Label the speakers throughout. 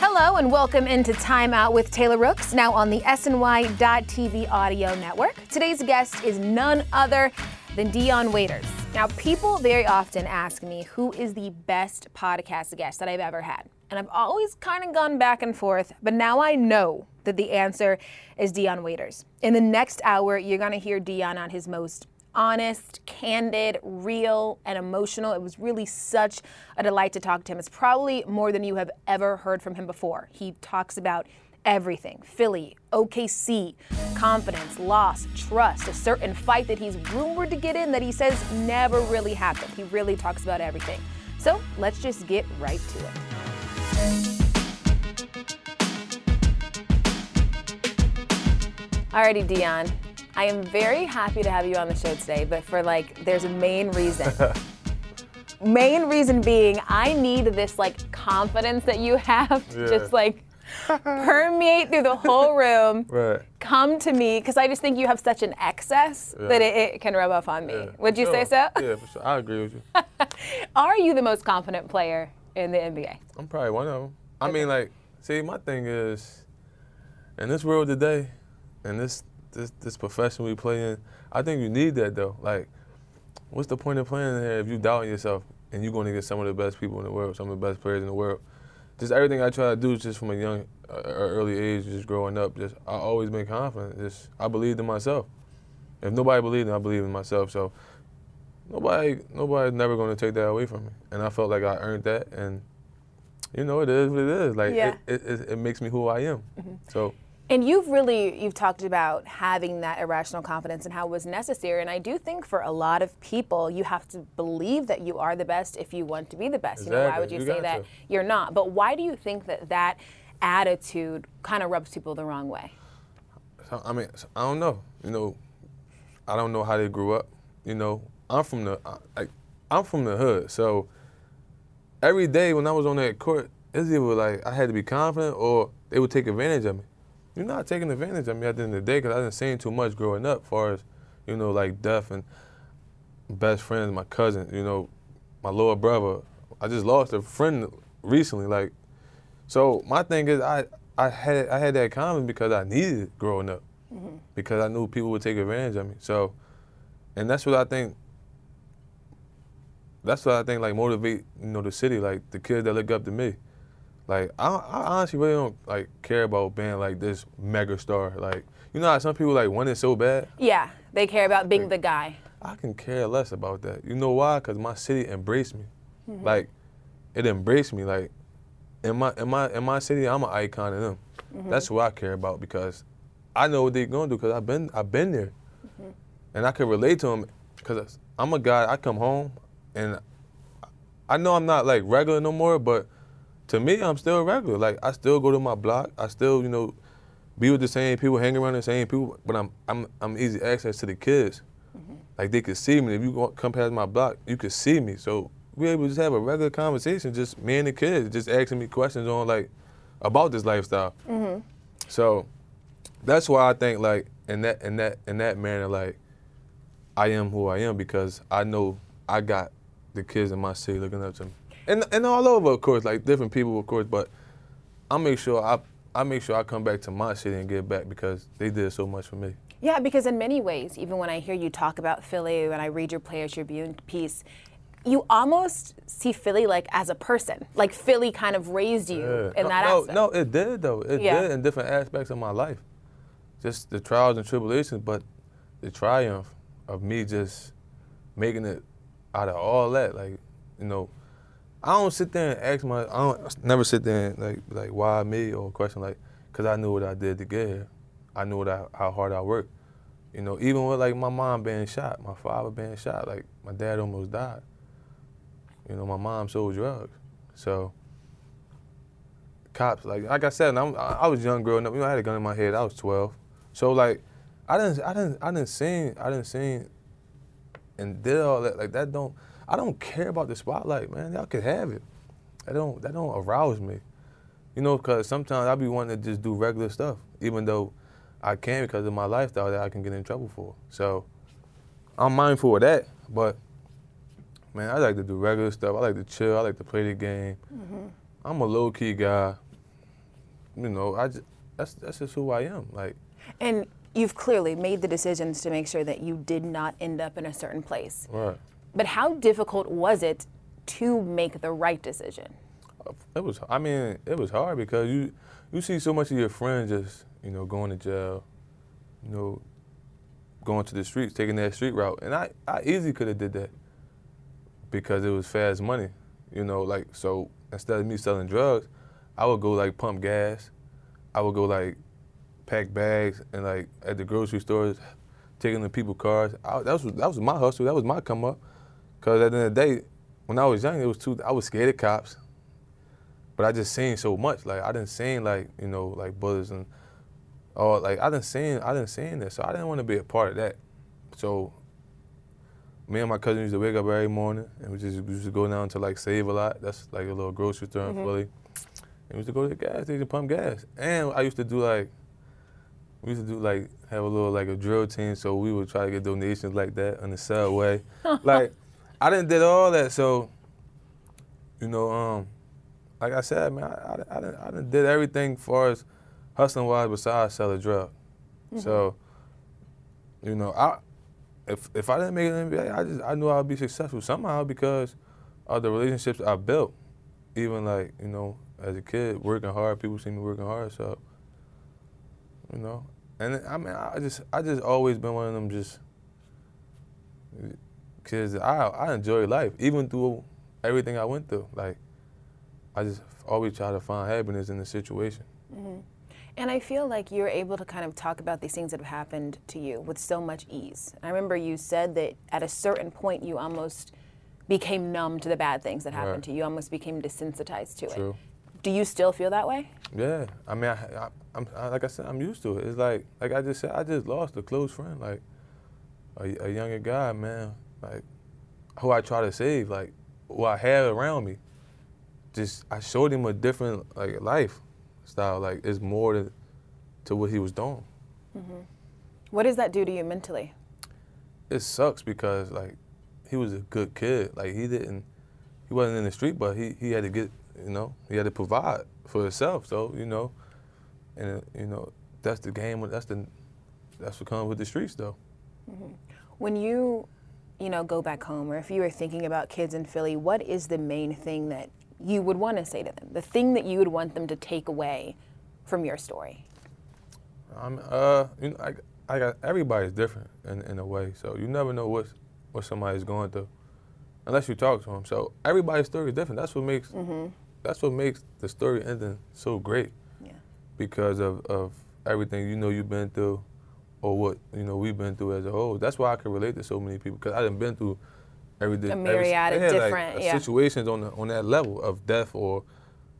Speaker 1: Hello and welcome into Time Out with Taylor Rooks, now on the SNY.TV audio network. Today's guest is none other than Dion Waiters. Now, people very often ask me who is the best podcast guest that I've ever had. And I've always kind of gone back and forth, but now I know that the answer is Dion Waiters. In the next hour, you're going to hear Dion on his most honest, candid, real, and emotional. It was really such a delight to talk to him. It's probably more than you have ever heard from him before. He talks about everything Philly, OKC, confidence, loss, trust, a certain fight that he's rumored to get in that he says never really happened. He really talks about everything. So let's just get right to it. Alrighty, Dion. I am very happy to have you on the show today, but for like, there's a main reason. main reason being, I need this like confidence that you have to
Speaker 2: Yeah.
Speaker 1: just like permeate through the whole room.
Speaker 2: Right.
Speaker 1: Come to me, because I just think you have such an excess that it, it can rub off on me.
Speaker 2: Yeah,
Speaker 1: Would
Speaker 2: for
Speaker 1: you say so?
Speaker 2: sure. Yeah, for sure. I agree with you.
Speaker 1: Are you the most confident player in the NBA?
Speaker 2: I'm probably one of them. I mean, like, see, my thing is, in this world today, in this this this profession we play in, I think you need that though. Like, what's the point of playing here if you doubting yourself and you're going to get some of the best people in the world, some of the best players in the world? Just everything I try to do is just from a young, uh, early age, just growing up. Just I always been confident. Just I believed in myself. If nobody believed in, I believe in myself. So nobody, nobody's never going to take that away from me. And I felt like I earned that. And you know, it is what it is. Like
Speaker 1: Yeah.
Speaker 2: it, it, it, it makes me who I am. So
Speaker 1: And you've really you've talked about having that irrational confidence and how it was necessary. And I do think for a lot of people, you have to believe that you are the best if you want to be the best. You know, why
Speaker 2: Exactly.
Speaker 1: would you,
Speaker 2: You
Speaker 1: say
Speaker 2: got
Speaker 1: that
Speaker 2: to.
Speaker 1: you're not? But why do you think that that attitude kind of rubs people the wrong way?
Speaker 2: So, I mean, so, I don't know. You know, I don't know how they grew up. You know, I'm from the I- like, I'm from the hood. So every day when I was on that court, it's either like I had to be confident or they would take advantage of me. You're not taking advantage of me at the end of the day because I didn't see too much growing up, far as you know, like death and best friends, my cousin, you know, my little brother. I just lost a friend recently, like so my thing is, I I had I had that common because I needed it growing up, because I knew people would take advantage of me. So, and that's what I think. That's what I think like motivate you know the city like the kids that look up to me, like I, I honestly really don't like care about being like this mega star like you know how some people like want it so bad
Speaker 1: Yeah, they care about being the guy.
Speaker 2: I can care less about that. You know why? Cause my city embraced me. Like, it embraced me. Like, in my in my in my city, I'm an icon of them. That's what I care about because I know what they're gonna do. Cause I've been I've been there, and I can relate to them. Cause I'm a guy. I come home, and I know I'm not like regular no more. But to me, I'm still regular. Like I still go to my block. I still you know be with the same people, hang around the same people. But I'm I'm I'm easy access to the kids. Like they could see me. If you go, come past my block, you could see me. So we able to just have a regular conversation, just me and the kids, just asking me questions on like about this lifestyle. So that's why I think like in that in that in that manner, like I am who I am because I know I got the kids in my city looking up to me, and and all over, of course, like different people, of course. But I make sure I I make sure I come back to my city and give back because they did so much for me.
Speaker 1: Yeah, because in many ways, even when I hear you talk about Philly, when I read your Players Tribune piece, you almost see Philly like as a person. Like Philly kind of raised you in
Speaker 2: no,
Speaker 1: that
Speaker 2: no,
Speaker 1: aspect.
Speaker 2: No, it did though. It
Speaker 1: Yeah.
Speaker 2: did in different aspects of my life. Just the trials and tribulations, but the triumph of me just making it out of all that. Like, you know, I don't sit there and ask my. I don't I never sit there and like like why me or question like, cause I knew what I did to get here. I knew what I, how hard I worked. You know, even with like my mom being shot, my father being shot, like my dad almost died. You know, my mom sold drugs, so cops. Like like I said, I'm, I I was young growing up. You know, I had a gun in my head. I was 12. So like, I didn't I didn't I didn't seen I didn't seen and did all that. Like that don't I don't care about the spotlight, man. Y'all could have it. That don't that don't arouse me. You know, cause sometimes I be wanting to just do regular stuff, even though I can because of my lifestyle that I can get in trouble for. So I'm mindful of that, but man, I like to do regular stuff. I like to chill. I like to play the game. I'm a low key guy. You know, I just, that's that's just who I am. Like
Speaker 1: And you've clearly made the decisions to make sure that you did not end up in a certain place.
Speaker 2: right.
Speaker 1: But how difficult was it to make the right decision?
Speaker 2: It was. I mean, it was hard because you you see so much of your friends just you know going to jail, you know, going to the streets, taking that street route, and I I easily could have did that because it was fast money, you know. Like so, instead of me selling drugs, I would go like pump gas, I would go like pack bags and like at the grocery stores, taking the people cars. I, that was that was my hustle. That was my come up. Cause at the end of the day, when I was young, it was too. I was scared of cops. But I just seen so much. Like I didn't seen like you know like brothers and all. Like I didn't seen I didn't seen that. So I didn't want to be a part of that. So me and my cousin used to wake up every morning and we just we used to go down to like Save a Lot. That's like a little grocery store in Philly. And we used to go to the gas station pump gas. And I used to do like we used to do like have a little like a drill team. So we would try to get donations like that on the subway. like I didn't did all that. So you know um like I said, man, I, I, I, done, I done did everything far as hustling wise besides sell a drug. So, you know, I if if I didn't make it in the NBA, I just I knew I'd be successful somehow because of the relationships I built. Even like you know, as a kid, working hard, people see me working hard. So, you know, and I mean, I just I just always been one of them just kids. that I I enjoy life even through everything I went through. Like. I just always try to find happiness in the situation.
Speaker 1: And I feel like you're able to kind of talk about these things that have happened to you with so much ease. I remember you said that at a certain point you almost became numb to the bad things that happened
Speaker 2: Right.
Speaker 1: to you. You almost became desensitized to
Speaker 2: True.
Speaker 1: it. Do you still feel that way?
Speaker 2: Yeah, I mean, I, I, I'm I, like I said, I'm used to it. It's like, like I just said, I just lost a close friend, like a, a younger guy, man, like who I try to save, like who I had around me. Just I showed him a different like life style, like it's more to, to what he was doing.
Speaker 1: What does that do to you mentally?
Speaker 2: it sucks because like he was a good kid. Like he didn't he wasn't in the street, but he, he had to get you know he had to provide for himself. So you know, and uh, you know that's the game. That's the that's what comes with the streets though.
Speaker 1: When you, you know, go back home or if you were thinking about kids in Philly, what is the main thing that you would want to say to them? The thing that you would want them to take away from your story?
Speaker 2: I'm uh you know I I got everybody's different in in a way. So you never know what what somebody's going through unless you talk to them. So everybody's story is different. That's what makes
Speaker 1: Mm-hmm.
Speaker 2: that's what makes the story ending so great.
Speaker 1: Yeah.
Speaker 2: because of, of everything you know you've been through or what you know we've been through as a whole. That's why I can relate to so many people because I done been through every di-
Speaker 1: A
Speaker 2: every-
Speaker 1: myriad of
Speaker 2: yeah, like,
Speaker 1: different-
Speaker 2: uh,
Speaker 1: yeah.
Speaker 2: situations on the, on that level of death or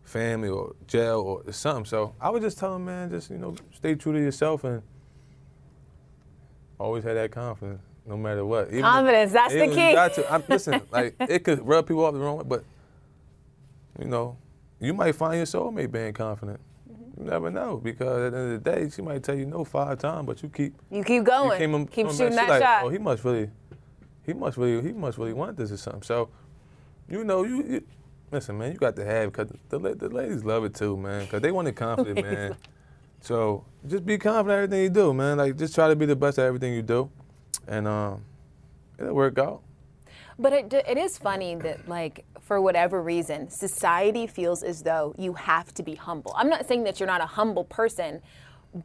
Speaker 2: family or jail or something. So I would just tell them, man, just you know stay true to yourself and always have that confidence. No matter what, Even if-
Speaker 1: Confidence, that's the
Speaker 2: even if you
Speaker 1: key.
Speaker 2: got to- I'm- listen, like it could rub people off the wrong way, but you know, you might find your soulmate being confident. You never know because at the end of the day, she might tell you no five times, but you keep
Speaker 1: You keep
Speaker 2: you
Speaker 1: going.
Speaker 2: came in-
Speaker 1: keep
Speaker 2: coming
Speaker 1: shooting
Speaker 2: back,
Speaker 1: that
Speaker 2: she like,
Speaker 1: shot.
Speaker 2: Oh, he must really, he must really, he must really want this or something. So, you know, you, you listen, man, you got to have because the, la- the ladies love it too, man, because they want it confident, man. So just be confident in everything you do, man. Like just try to be the best at everything you do, and um, it'll work out.
Speaker 1: But it, it is funny that, like, for whatever reason, society feels as though you have to be humble. I'm not saying that you're not a humble person,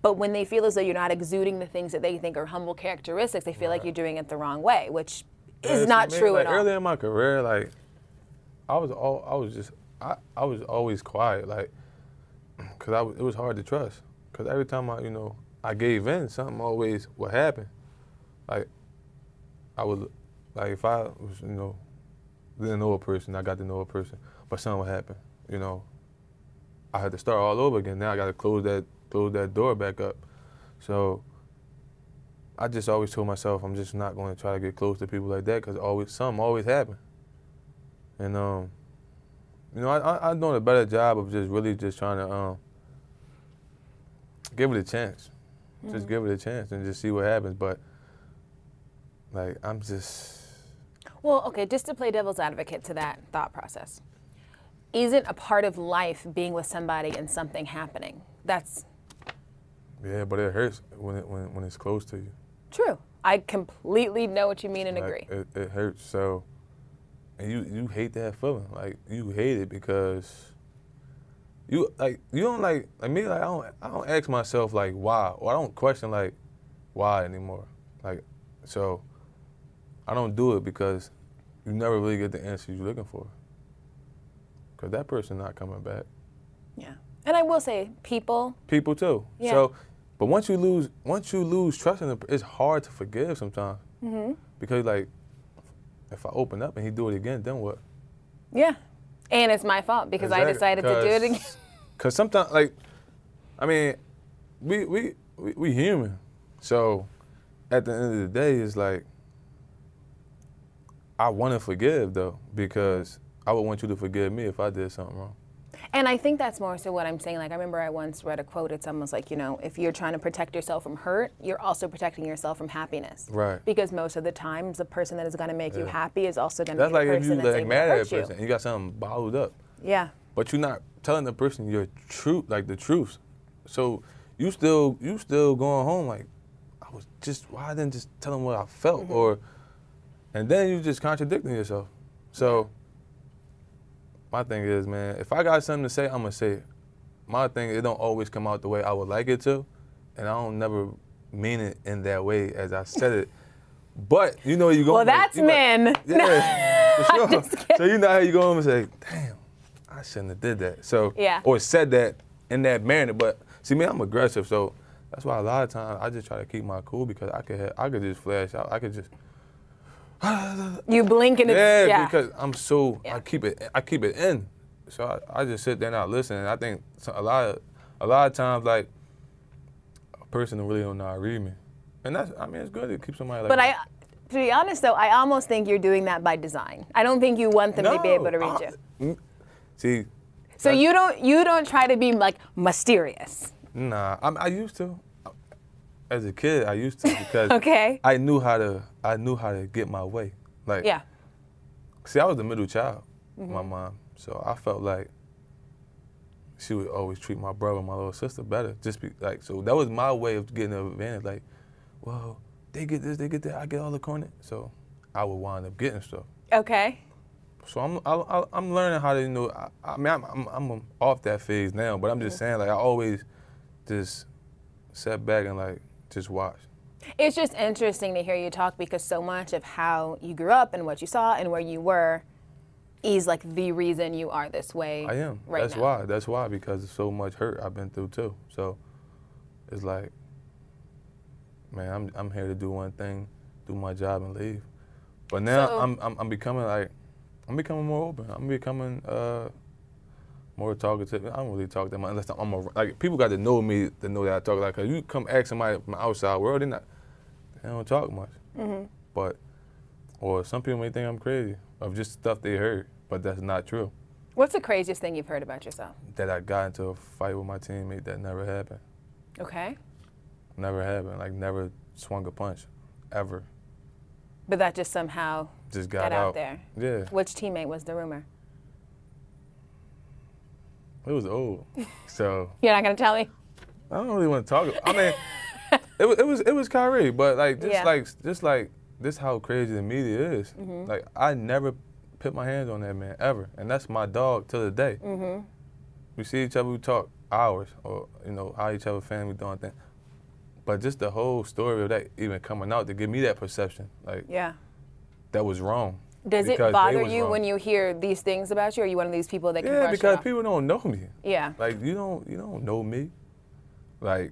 Speaker 1: but when they feel as though you're not exuding the things that they think are humble characteristics, they feel like you're doing it the wrong way, which
Speaker 2: Yeah,
Speaker 1: is
Speaker 2: so
Speaker 1: not
Speaker 2: maybe,
Speaker 1: true at
Speaker 2: like,
Speaker 1: all.
Speaker 2: Early in my career, like I was all I was just I, I was always quiet, like because I was- it was hard to trust. Because every time I you know I gave in, something always would happen. Like I would like if I was you know didn't know a person, I got to know a person, but something would happen. You know, I had to start all over again. Now I got to close that close that door back up. So. I just always told myself I'm just not going to try to get close to people like that because always something always happen. And um, you know, I I, I doing a better job of just really just trying to um give it a chance. Just give it a chance and just see what happens. But like I'm just
Speaker 1: Well, okay, just to play devil's advocate to that thought process. Isn't a part of life being with somebody and something happening? That's
Speaker 2: yeah, but it hurts when it, when when it's close to you.
Speaker 1: true. I completely know what you mean and agree.
Speaker 2: Like, It, it hurts so, and you you hate that feeling. Like you hate it because you like you don't like like me. Like I don't I don't ask myself like why or I don't question like why anymore. Like so, I don't do it because you never really get the answer you're looking for. Cause that person not coming back.
Speaker 1: Yeah. And I will say, people,
Speaker 2: People too.
Speaker 1: Yeah.
Speaker 2: So, but once you lose once you lose trust in them, it's hard to forgive sometimes.
Speaker 1: Mm-hmm.
Speaker 2: Because like, if I open up and he do it again, then what?
Speaker 1: yeah. And it's my fault because I decided to do it again.
Speaker 2: Because sometimes, like, I mean, we, we we we human, so at the end of the day, it's like I want to forgive though because I would want you to forgive me if I did something wrong.
Speaker 1: And I think that's more so what I'm saying. Like, I remember I once read a quote. It's almost like, you know, if you're trying to protect yourself from hurt, you're also protecting yourself from happiness.
Speaker 2: Right.
Speaker 1: Because most of the times, the person that is going to make you happy is also going to
Speaker 2: That's
Speaker 1: be the
Speaker 2: like if you
Speaker 1: person that's
Speaker 2: like
Speaker 1: able
Speaker 2: mad
Speaker 1: to
Speaker 2: at a
Speaker 1: hurt you.
Speaker 2: person and you got something bottled up,
Speaker 1: Yeah.
Speaker 2: but you're not telling the person your truth, like the truth. So you still you still going home like I was just why I didn't just tell them what I felt
Speaker 1: Mm-hmm.
Speaker 2: or and then you just contradicting yourself. So my thing is, man, if I got something to say, I'm gonna say it. My thing it don't always come out the way I would like it to, and I don't never mean it in that way as I said it. But you know you go.
Speaker 1: Well, that's men.
Speaker 2: Yeah, for sure.
Speaker 1: just kidding.
Speaker 2: so you know how you go home and say, "Damn, I shouldn't have did that." So
Speaker 1: Yeah.
Speaker 2: or said that in that manner. But see, me, I'm aggressive, so that's why a lot of times I just try to keep my cool because I could have, I could just flash out. I could just
Speaker 1: You blink and it's.
Speaker 2: yeah,
Speaker 1: Yeah.
Speaker 2: because I'm so
Speaker 1: Yeah.
Speaker 2: I keep it I keep it in. So I, I just sit there and I listen. And I think so- a lot of a lot of times like a person really don't know how to read me, and that's I mean it's good to keep somebody like.
Speaker 1: but I,
Speaker 2: that.
Speaker 1: to be honest, though, I almost think you're doing that by design. I don't think you want them to be able to
Speaker 2: No,
Speaker 1: read you.
Speaker 2: I- mm, See,
Speaker 1: So
Speaker 2: that's-
Speaker 1: you don't you don't try to be like mysterious.
Speaker 2: Nah, I'm, I used to. As a kid, I used to because
Speaker 1: Okay.
Speaker 2: I knew how to I knew how to get my way. Like
Speaker 1: Yeah. Mm-hmm.
Speaker 2: See, I was the middle child, with my mom. So I felt like she would always treat my brother and my little sister better. Just be like, so that was my way of getting an advantage. Like, well, they get this, they get that, I get all the corner. So I would wind up getting stuff.
Speaker 1: Okay.
Speaker 2: So I'm I, I, I'm learning how to you know I, I mean I'm, I'm I'm off that phase now, but I'm just saying like I always just sat back and like just watch.
Speaker 1: It's just interesting to hear you talk because so much of how you grew up and what you saw and where you were is like the reason you are this way.
Speaker 2: I am.
Speaker 1: Right
Speaker 2: That's
Speaker 1: now.
Speaker 2: why. That's why because there's so much hurt I've been through too. So it's like, man, I'm I'm here to do one thing, do my job and leave. But now
Speaker 1: So-
Speaker 2: I'm, I'm I'm becoming like, I'm becoming more open. I'm becoming uh, more talkative. I don't really talk that much unless I'm a, like people got to know me to know that I talk like. Cause you come ask somebody from the outside world, they not they don't talk much.
Speaker 1: Mm-hmm.
Speaker 2: But or some people may think I'm crazy of just stuff they heard, but that's not true
Speaker 1: What's the craziest thing you've heard about yourself?
Speaker 2: that I got into a fight with my teammate that never happened.
Speaker 1: Okay.
Speaker 2: Never happened. Like never swung a punch, ever.
Speaker 1: But that just somehow
Speaker 2: Just
Speaker 1: got
Speaker 2: got
Speaker 1: out, there.
Speaker 2: Yeah,
Speaker 1: Which teammate was the rumor?
Speaker 2: it was old. so
Speaker 1: You're not gonna tell me?
Speaker 2: I don't really want to talk. I mean, it, wa- it was it was Kyrie, but like just
Speaker 1: Yeah.
Speaker 2: like just like this how crazy the media is.
Speaker 1: Mm-hmm.
Speaker 2: Like I never put my hands on that man ever, and that's my dog till the day.
Speaker 1: Mm-hmm.
Speaker 2: We see each other, we talk hours, or you know how each other family doing things. But just the whole story of that even coming out to give me that perception, like
Speaker 1: Yeah.
Speaker 2: that was wrong.
Speaker 1: Does
Speaker 2: Because they
Speaker 1: it bother
Speaker 2: was
Speaker 1: you
Speaker 2: wrong.
Speaker 1: when you hear these things about you? Are you one of these people that can
Speaker 2: Yeah,
Speaker 1: brush it
Speaker 2: because
Speaker 1: off?
Speaker 2: people don't know me.
Speaker 1: Yeah.
Speaker 2: Like you don't you don't know me. Like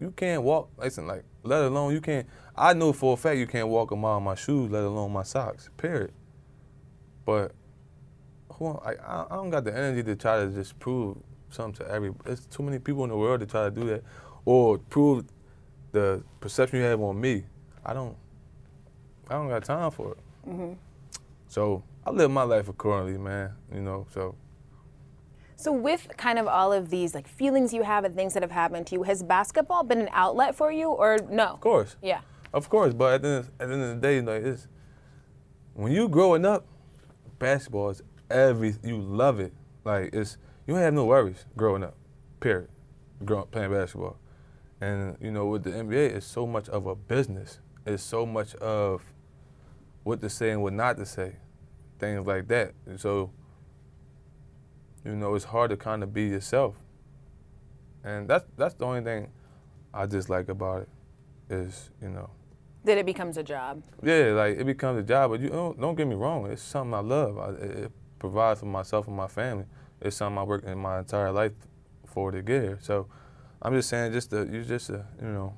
Speaker 2: you can't walk. Listen, like let alone you can't. I know for a fact you can't walk a mile in my shoes, let alone my socks. Period. But who am- I, I I don't got the energy to try to just prove something to every. There's too many people in the world to try to do that, or prove the perception you have on me. I don't. I don't got time for it. So I live my life accordingly, man. You know. So
Speaker 1: So with kind of all of these like feelings you have and things that have happened to you, has basketball been an outlet for you or no?
Speaker 2: Of course.
Speaker 1: Yeah.
Speaker 2: Of course, but at the, end- at the end of the day, like it's when you growing up, basketball is every you love it. Like it's you ain't have no worries growing up, period. Growing playing basketball, and you know with the NBA, it's so much of a business. It's so much of what to say and what not to say, things like that. And so you know it's hard to kind of be yourself, and that's that's the only thing I dislike about it is you know
Speaker 1: That it becomes a job.
Speaker 2: yeah like it becomes a job but you don't, don't get me wrong it's something i love I, it, it provides for myself and my family it's something i worked in my entire life for to get here so i'm just saying just the you just a, you know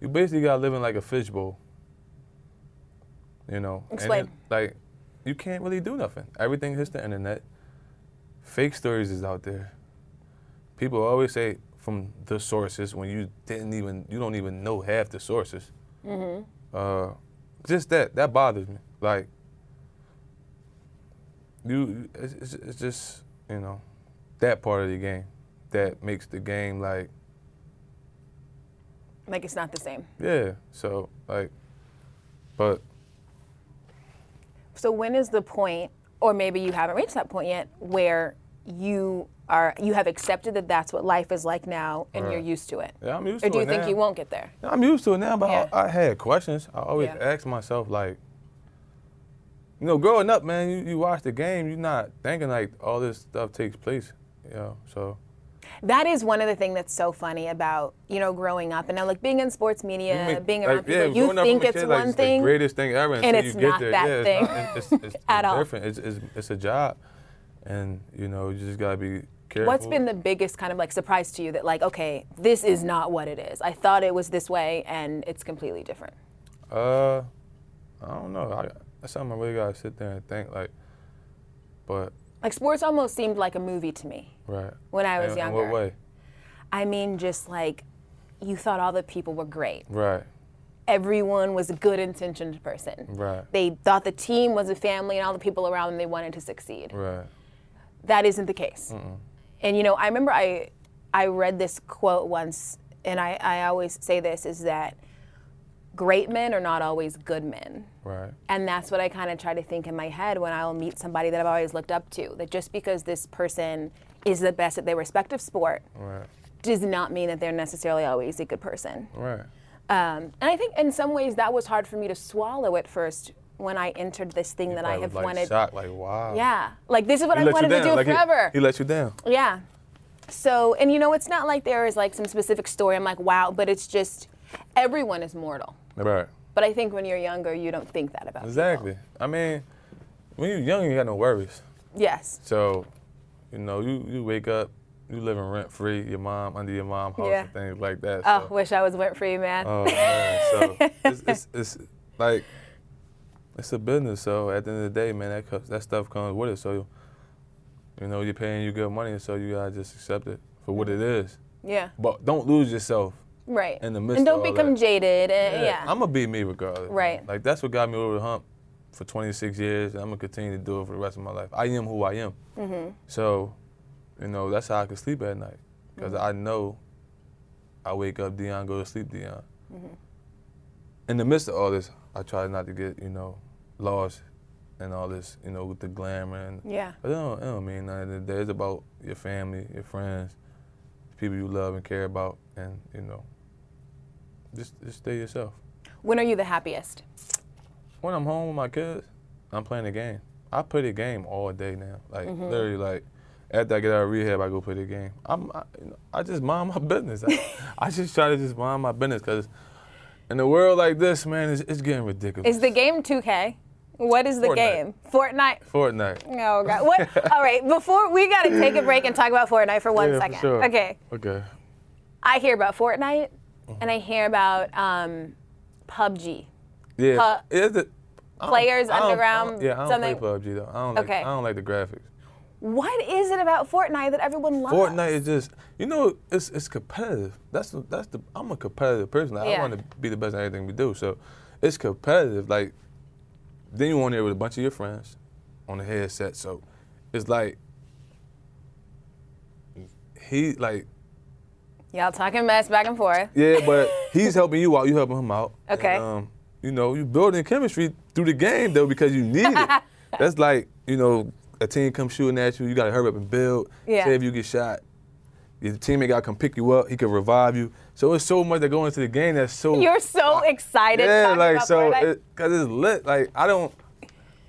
Speaker 2: you basically got to live in like a fishbowl you know And
Speaker 1: Explain.
Speaker 2: it- like you can't really do nothing everything hits the internet fake stories is out there people always say from the sources when you didn't even you don't even know half the sources uh, just that that bothers me. Like you, it's, it's, it's just you know that part of the game that makes the game like
Speaker 1: Like it's not the same.
Speaker 2: yeah. So like, but
Speaker 1: So when is the point, or maybe you haven't reached that point yet, where you are you have accepted that that's what life is like now and you're
Speaker 2: Right.
Speaker 1: used to it?
Speaker 2: yeah, I'm used
Speaker 1: Or
Speaker 2: to
Speaker 1: do
Speaker 2: it
Speaker 1: you think
Speaker 2: now.
Speaker 1: you won't get there?
Speaker 2: No, I'm used to it now, but
Speaker 1: Yeah.
Speaker 2: I, I had questions. I always
Speaker 1: Yeah.
Speaker 2: asked myself, like, you know, growing up, man, you, you watch the game, you're not thinking like all this stuff takes place, you know. So
Speaker 1: That is one of the things that's so funny about, you know, growing up and now like being in sports media,
Speaker 2: You make-
Speaker 1: uh, being
Speaker 2: like,
Speaker 1: around
Speaker 2: yeah,
Speaker 1: people, you
Speaker 2: growing up
Speaker 1: think
Speaker 2: from a
Speaker 1: it's
Speaker 2: kid, like,
Speaker 1: one
Speaker 2: it's
Speaker 1: thing.
Speaker 2: the greatest thing ever,
Speaker 1: and
Speaker 2: until
Speaker 1: it's
Speaker 2: you get
Speaker 1: not
Speaker 2: there.
Speaker 1: that
Speaker 2: yeah, it's
Speaker 1: thing
Speaker 2: not- it's, it's, it's
Speaker 1: at all.
Speaker 2: Different. It's, it's it's a job, and you know you just gotta be careful.
Speaker 1: What's been the biggest kind of like surprise to you that like, okay, this is not what it is. I thought it was this way and it's completely different.
Speaker 2: Uh, I don't know. I, that's something I really gotta sit there and think. Like, but
Speaker 1: Like sports almost seemed like a movie to me
Speaker 2: right.
Speaker 1: when I was
Speaker 2: in, in
Speaker 1: younger.
Speaker 2: what way?
Speaker 1: I mean just like you thought all the people were great.
Speaker 2: Right.
Speaker 1: Everyone was a good intentioned person.
Speaker 2: Right.
Speaker 1: They thought the team was a family and all the people around them they wanted to succeed.
Speaker 2: Right.
Speaker 1: that isn't the case. And you know, I remember I I read this quote once, and I, I always say this is that great men are not always good men.
Speaker 2: Right.
Speaker 1: And that's what I kind of try to think in my head when I'll meet somebody that I've always looked up to. That just because this person is the best at their respective sport
Speaker 2: Right.
Speaker 1: does not mean that they're necessarily always a good person.
Speaker 2: Right.
Speaker 1: Um, and I think in some ways that was hard for me to swallow at first when I entered this thing that I
Speaker 2: Probably
Speaker 1: have
Speaker 2: like
Speaker 1: wanted.
Speaker 2: Shocked, like wow.
Speaker 1: Yeah, like this is what
Speaker 2: He
Speaker 1: I
Speaker 2: let you
Speaker 1: wanted to
Speaker 2: down.
Speaker 1: do
Speaker 2: like he-
Speaker 1: forever.
Speaker 2: He, let you down.
Speaker 1: Yeah. So, and you know, it's not like there is like some specific story. I'm like, wow, but it's just everyone is mortal.
Speaker 2: Right.
Speaker 1: But I think when you're younger, you don't think that about people.
Speaker 2: Exactly. I mean, when you're young, you got no worries.
Speaker 1: Yes.
Speaker 2: So, you know, you, you wake up, you living rent free, your mom under your mom house
Speaker 1: Yeah.
Speaker 2: and things like that.
Speaker 1: Oh,
Speaker 2: So,
Speaker 1: wish I was went free, man.
Speaker 2: oh man, so it's, it's, it's like it's a business. So at the end of the day, man, that comes, that stuff comes with it. So, you know, you're paying you good money, so you gotta just accept it for what it
Speaker 1: Mm-hmm.
Speaker 2: is.
Speaker 1: yeah.
Speaker 2: But don't lose yourself.
Speaker 1: Right.
Speaker 2: in the midst
Speaker 1: and don't
Speaker 2: of all
Speaker 1: become
Speaker 2: that.
Speaker 1: jaded. And, yeah.
Speaker 2: I'm gonna be me regardless. man.
Speaker 1: Right.
Speaker 2: Like that's what got me over the hump for 26 years, and I'm gonna continue to do it for the rest of my life. I am who I am.
Speaker 1: Mm-hmm.
Speaker 2: So, you know, that's how I can sleep at night because
Speaker 1: Mm-hmm.
Speaker 2: I know I wake up Dion, go to sleep Dion.
Speaker 1: Mm-hmm.
Speaker 2: In the midst of all this, I try not to get you know lost and all this you know with the glamour and
Speaker 1: yeah.
Speaker 2: but it don't, it don't mean nothing. At the end of the day. It's about your family, your friends, people you love and care about, and you know, just just stay yourself.
Speaker 1: When are you the happiest?
Speaker 2: When I'm home with my kids, I'm playing the game. I play the game all day now. Like
Speaker 1: Mm-hmm.
Speaker 2: literally, like after I get out of rehab, I go play the game. I'm I, you know, I just mind my business. I, I just try to just mind my business because in a world like this, man, it's, it's getting ridiculous.
Speaker 1: Is the game 2K? What is the
Speaker 2: Fortnite.
Speaker 1: game? Fortnite.
Speaker 2: Fortnite.
Speaker 1: Oh God! What? All right. Before we gotta take a break and talk about Fortnite for one
Speaker 2: Yeah,
Speaker 1: second.
Speaker 2: for sure.
Speaker 1: Okay.
Speaker 2: Okay.
Speaker 1: I hear about Fortnite,
Speaker 2: Uh-huh.
Speaker 1: and I hear about um, PUBG.
Speaker 2: Yeah.
Speaker 1: Pu-
Speaker 2: Is it- I don't-
Speaker 1: Players
Speaker 2: I don't- I
Speaker 1: Underground,
Speaker 2: don't- Yeah, I don't
Speaker 1: something.
Speaker 2: play PUBG though. I don't like.
Speaker 1: Okay.
Speaker 2: I don't like the graphics.
Speaker 1: What is it about Fortnite that everyone loves?
Speaker 2: Fortnite is just, you know, it's it's competitive. That's the, that's the. I'm a competitive person. Like,
Speaker 1: Yeah.
Speaker 2: I want to be the best at everything we do. So, it's competitive. Like, then you on there with a bunch of your friends, on the headset. So, it's like he like
Speaker 1: Y'all talking mess back and forth.
Speaker 2: yeah, but he's helping you out. You helping him out. And,
Speaker 1: Okay.
Speaker 2: um, you know, you building chemistry through the game though because you need it. That's like you know, a team comes shooting at you. You got to hurry up and build.
Speaker 1: Yeah.
Speaker 2: Say if you get shot, your teammate got to come pick you up. He can revive you. So it's so much that go into the game that's so.
Speaker 1: You're so excited.
Speaker 2: Uh, yeah,
Speaker 1: talking
Speaker 2: like
Speaker 1: about
Speaker 2: so,
Speaker 1: Fortnite.
Speaker 2: it, cause it's lit. Like I don't,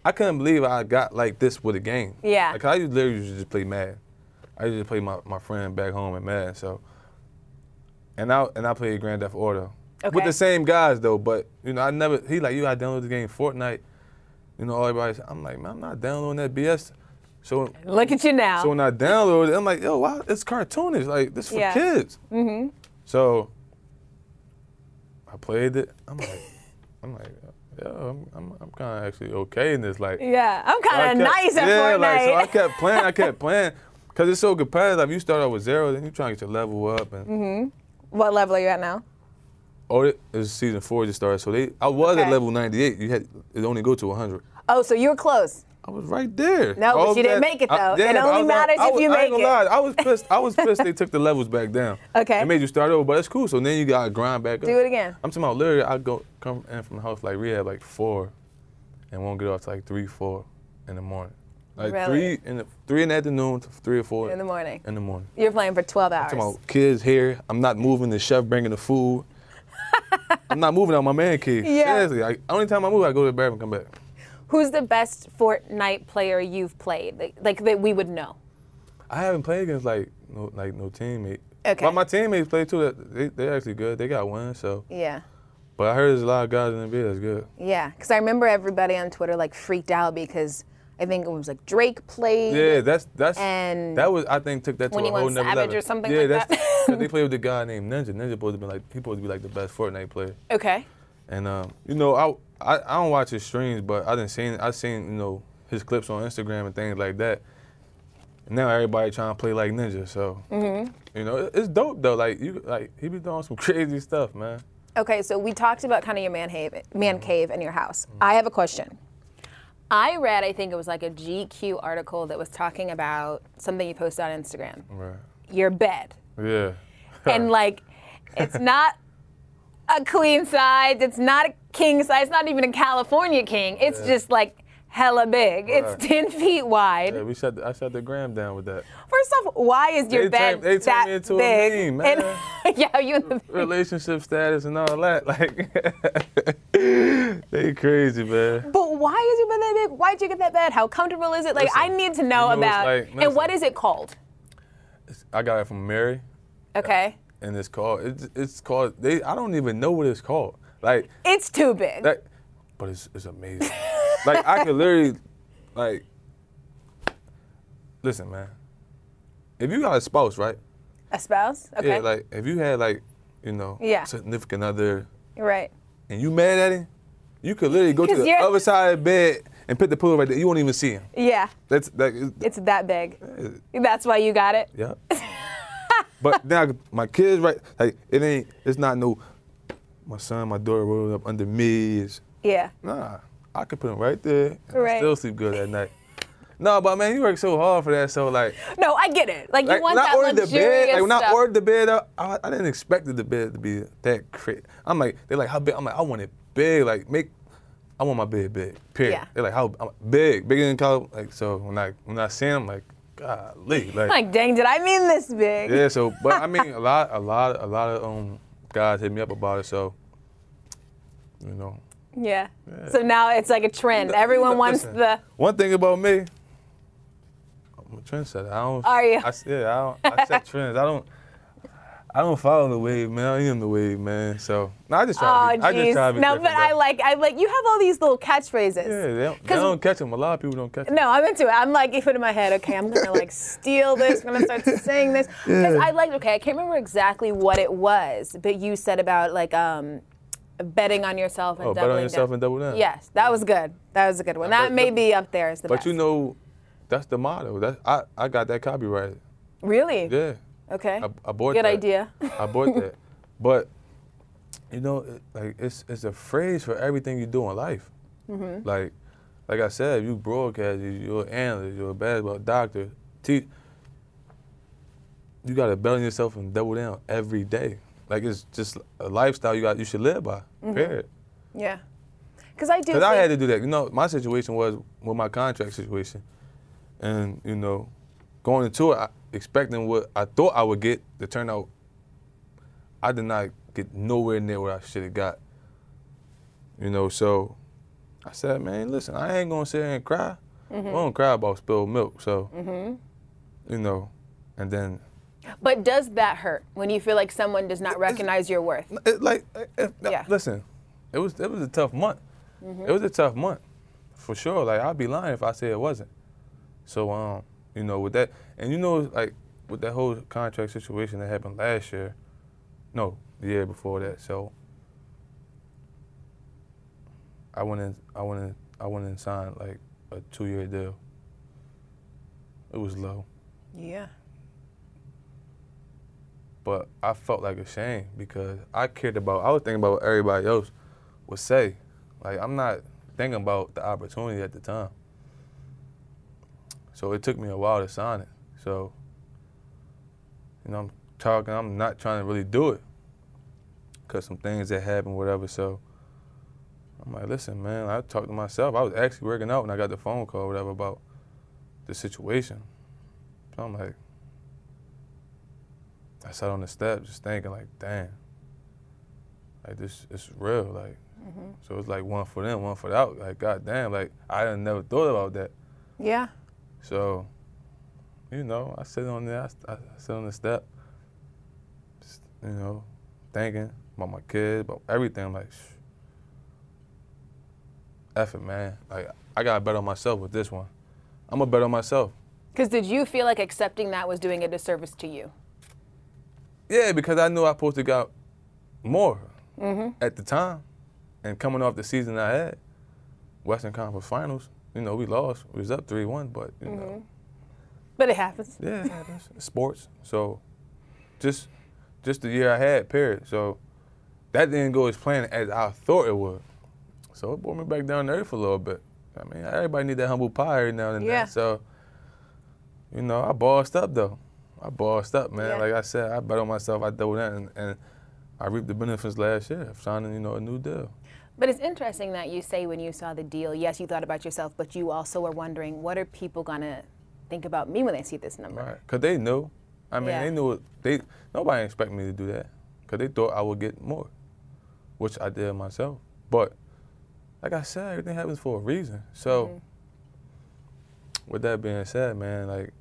Speaker 2: I couldn't believe I got like this with a game.
Speaker 1: Yeah.
Speaker 2: Like I used literally used to just play Mad. I used to play my, my friend back home at Mad. So, and I and I played Grand Theft Auto with
Speaker 1: Okay.
Speaker 2: the same guys though. But you know, I never he like you. I downloaded the game Fortnite. You know, everybody's. I'm like, man, I'm not downloading that BS. So
Speaker 1: Look at you now.
Speaker 2: so when I downloaded, it, I'm like, yo, wow, it's cartoonish. Like this for
Speaker 1: Yeah.
Speaker 2: kids. Mm-hmm. So I played it. I'm like, I'm like, yo, I'm, I'm, I'm kind of actually okay in this. Like,
Speaker 1: yeah, I'm
Speaker 2: I
Speaker 1: kind of
Speaker 2: kept-
Speaker 1: nice at
Speaker 2: yeah,
Speaker 1: Fortnite.
Speaker 2: like so I kept playing, I kept playing, cause it's so competitive. Like, you start out with zero, then you trying to get your level up, and
Speaker 1: Mm-hmm. what level are you at now?
Speaker 2: oh, it, it's season four just started. So they, I was
Speaker 1: Okay.
Speaker 2: at level 98. You had it only go to 100.
Speaker 1: Oh, so you were close.
Speaker 2: I was right there.
Speaker 1: No, but
Speaker 2: All
Speaker 1: you didn't
Speaker 2: that-
Speaker 1: make it,
Speaker 2: I-
Speaker 1: though. It
Speaker 2: but I
Speaker 1: only
Speaker 2: was-
Speaker 1: matters
Speaker 2: I
Speaker 1: if
Speaker 2: was-
Speaker 1: you
Speaker 2: I ain't
Speaker 1: make
Speaker 2: gonna lie. I was pissed. I was pissed they took the levels back down.
Speaker 1: Okay.
Speaker 2: It made you start over, but it's cool. So then you gotta grind back up.
Speaker 1: Do it again.
Speaker 2: I'm talking about literally. I go come in from the house like rehab like four, and won't get off till like three, four in the morning. Like
Speaker 1: Really?
Speaker 2: three in the three in the afternoon to three or four
Speaker 1: In the morning.
Speaker 2: In the morning.
Speaker 1: You're playing for 12 hours.
Speaker 2: I'm talking about kids here. I'm not moving. The chef bringing the food. I'm not moving out my man kids.
Speaker 1: Yeah.
Speaker 2: Seriously, like, only time I move, I go to the bathroom, and come back.
Speaker 1: Who's the best Fortnite player you've played? Like, like that we would know.
Speaker 2: I haven't played against like no like no teammate.
Speaker 1: Okay.
Speaker 2: But my teammates play too. They they're actually good. They got one. So,
Speaker 1: Yeah.
Speaker 2: but I heard there's a lot of guys in the NBA that's good.
Speaker 1: Yeah, because I remember everybody on Twitter like freaked out because I think it was like Drake played.
Speaker 2: Yeah, that's that's
Speaker 1: And-
Speaker 2: that was I think took that to a
Speaker 1: 21
Speaker 2: whole nother
Speaker 1: Savage
Speaker 2: level.
Speaker 1: or something
Speaker 2: yeah,
Speaker 1: like
Speaker 2: that's,
Speaker 1: that.
Speaker 2: 'cause they played with a guy named Ninja. Ninja supposed to be like he supposed to be like the best Fortnite player.
Speaker 1: Okay.
Speaker 2: And um, you know, I, I I don't watch his streams, but I didn't seen I seen you know his clips on Instagram and things like that. And now everybody trying to play like Ninja, so
Speaker 1: Mm-hmm.
Speaker 2: you know it- it's dope though. Like you like he be doing some crazy stuff, man.
Speaker 1: Okay, so we talked about kind of your man, have,
Speaker 2: Mm-hmm.
Speaker 1: man cave and your house. I have a question. I read, I think it was like a GQ article that was talking about something you posted on Instagram
Speaker 2: Right.
Speaker 1: your bed.
Speaker 2: Yeah.
Speaker 1: and like it's not a queen size, it's not a king size, it's not even a California king. It's just like hella big.
Speaker 2: Right.
Speaker 1: It's ten feet wide.
Speaker 2: Yeah, we shut the, I shut the gram down with that.
Speaker 1: First off, why is your
Speaker 2: They
Speaker 1: bed
Speaker 2: turned- they turned
Speaker 1: that
Speaker 2: me into a
Speaker 1: big?
Speaker 2: meme,
Speaker 1: And yeah, you in the
Speaker 2: Relationship status and all that, like they crazy, man.
Speaker 1: But why is your bed that big? Why'd you get that bed? How comfortable is it? Like I
Speaker 2: Listen,
Speaker 1: need to know,
Speaker 2: you know, it's
Speaker 1: about
Speaker 2: like-
Speaker 1: and what
Speaker 2: listen.
Speaker 1: is it called?
Speaker 2: I got it from Mary,
Speaker 1: Okay.
Speaker 2: and it's called it's, it's called they. I don't even know what it's called. Like
Speaker 1: It's too big.
Speaker 2: that, but it's it's amazing. like I could literally, like, listen, man. If you got a spouse, right?
Speaker 1: a spouse? Okay.
Speaker 2: Yeah. Like if you had like, you know,
Speaker 1: Yeah.
Speaker 2: significant other,
Speaker 1: right.
Speaker 2: and you mad at him, you could literally go to
Speaker 1: 'Cause
Speaker 2: the
Speaker 1: you're-
Speaker 2: other side of the bed and put the pillow right there. You won't even see him.
Speaker 1: Yeah.
Speaker 2: That's that. Is,
Speaker 1: It's that big. That's why you got it.
Speaker 2: yeah. but now my kids, right? Like it ain't. It's not no. My son, my daughter rolled up under me. It's,
Speaker 1: Yeah.
Speaker 2: Nah, I could put them right there. And
Speaker 1: Right.
Speaker 2: I still sleep good at night. no, but man, you work so hard for that. So like,
Speaker 1: No, I get it. Like,
Speaker 2: like
Speaker 1: you want
Speaker 2: when I
Speaker 1: that
Speaker 2: ordered the
Speaker 1: luxurious
Speaker 2: bed, like when I
Speaker 1: stuff.
Speaker 2: ordered the bed, I, I, I didn't expect the bed to be that crazy. I'm like, they're like, how big? I'm like, I want it big. Like make, I want my bed big. Period.
Speaker 1: Yeah.
Speaker 2: They're like, how I'm like, big? Bigger than college? Like so when I when I see them, like, golly, like,
Speaker 1: Like, dang, did I mean this big?
Speaker 2: yeah. So but I mean, a lot, a lot, a lot of um guys hit me up about it. So you know,
Speaker 1: Yeah. So now it's like a trend. Everyone
Speaker 2: Look,
Speaker 1: wants
Speaker 2: listen,
Speaker 1: the.
Speaker 2: One thing about me, I'm a trendsetter. I don't.
Speaker 1: Are you?
Speaker 2: I, s- yeah, I, don't, I set trends. I don't. I don't follow the wave, man. I am the wave, man. So no, I just try.
Speaker 1: Oh,
Speaker 2: to be, I just
Speaker 1: jeez.
Speaker 2: try to be
Speaker 1: No,
Speaker 2: different,
Speaker 1: but I
Speaker 2: though.
Speaker 1: like. I like. You have all these little catchphrases.
Speaker 2: Yeah, they don't, they
Speaker 1: 'Cause-
Speaker 2: don't catch them. A lot of people don't catch them.
Speaker 1: No, I'm into it. I'm like, if it in my head, okay, I'm gonna like steal this. I'm gonna start saying this because I like. Okay, I can't remember exactly what it was, but you said about like um, betting on yourself and
Speaker 2: Oh, bet
Speaker 1: doubling
Speaker 2: on yourself
Speaker 1: down.
Speaker 2: and double down.
Speaker 1: Yes, that was good. That was a good one. That
Speaker 2: But-
Speaker 1: may be up there as the
Speaker 2: But
Speaker 1: best.
Speaker 2: you know, that's the motto. That I, I got that copyrighted.
Speaker 1: really?
Speaker 2: Yeah,
Speaker 1: Okay.
Speaker 2: I, I bought
Speaker 1: Good
Speaker 2: that.
Speaker 1: idea.
Speaker 2: I bought that. But you know, it, like it's it's a phrase for everything you do in life. Like like I said, if you broadcast, you- you're an analyst, you're a basketball doctor, teach. you gotta belly yourself and double down every day. Like it's just a lifestyle you got you should live by. Period.
Speaker 1: Yeah. Because I do.
Speaker 2: Because I
Speaker 1: think-
Speaker 2: had to do that. You know, my situation was with my contract situation. And, you know, going into it, I, expecting what I thought I would get to turn out, I did not get nowhere near what I should have got. You know, so I said, man, listen, I ain't going to sit here and cry. I don't cry about spilled milk. So, you know, and then,
Speaker 1: But does that hurt when you feel like someone does not recognize your worth?
Speaker 2: it, like, it- it-
Speaker 1: Yeah.
Speaker 2: listen, it was, it was a tough month. It was a tough month, for sure. Like, I'd be lying if I said it wasn't. So um, you know, with that, and you know, like with that whole contract situation that happened last year, no, the year before that. So I went in, I went in, I went and signed like a two-year deal. It was low,
Speaker 1: Yeah.
Speaker 2: but I felt like ashamed because I cared about. I was thinking about what everybody else would say. Like I'm not thinking about the opportunity at the time. So it took me a while to sign it. So, you know, I'm talking, I'm not trying to really do it. Cause some things that happened, whatever. So I'm like, listen, man, I talked to myself. I was actually working out when I got the phone call, whatever, about the situation. So I'm like, I sat on the step just thinking like, damn. Like this it's real. Like so it's like one for them, one for the out. Like, goddamn, like I done never thought about that.
Speaker 1: Yeah.
Speaker 2: So, you know, I sit on there, I, I sit on the step, just, you know, thinking about my kids, about everything. I'm like, shh. F it, man. Like, I gotta bet on myself with this one. I'm gonna bet on myself.
Speaker 1: Because did you feel like accepting that was doing a disservice to you?
Speaker 2: Yeah, because I knew I supposed to got more at the time, and coming off the season I had, Western Conference Finals. You know, we lost. We was up three one, but you know.
Speaker 1: But it happens.
Speaker 2: Yeah, it happens. Sports. So, just just the year I had, period. So that didn't go as planned as I thought it would. So it brought me back down to earth a little bit. I mean, everybody need that humble pie every now and then.
Speaker 1: Yeah.
Speaker 2: So, you know, I bossed up though. I bossed up, man.
Speaker 1: Yeah.
Speaker 2: Like I said, I bet on myself. I doubled that, and, and I reaped the benefits last year of signing, you know, a new deal.
Speaker 1: But it's interesting that you say when you saw the deal, yes, you thought about yourself, but you also were wondering, what are people going to think about me when they see this number?
Speaker 2: Right. Cause they knew. I mean,
Speaker 1: Yeah.
Speaker 2: they knew it. They nobody expected me to do that. Cause they thought I would get more, which I did myself. But like I said, everything happens for a reason. So, with that being said, man, like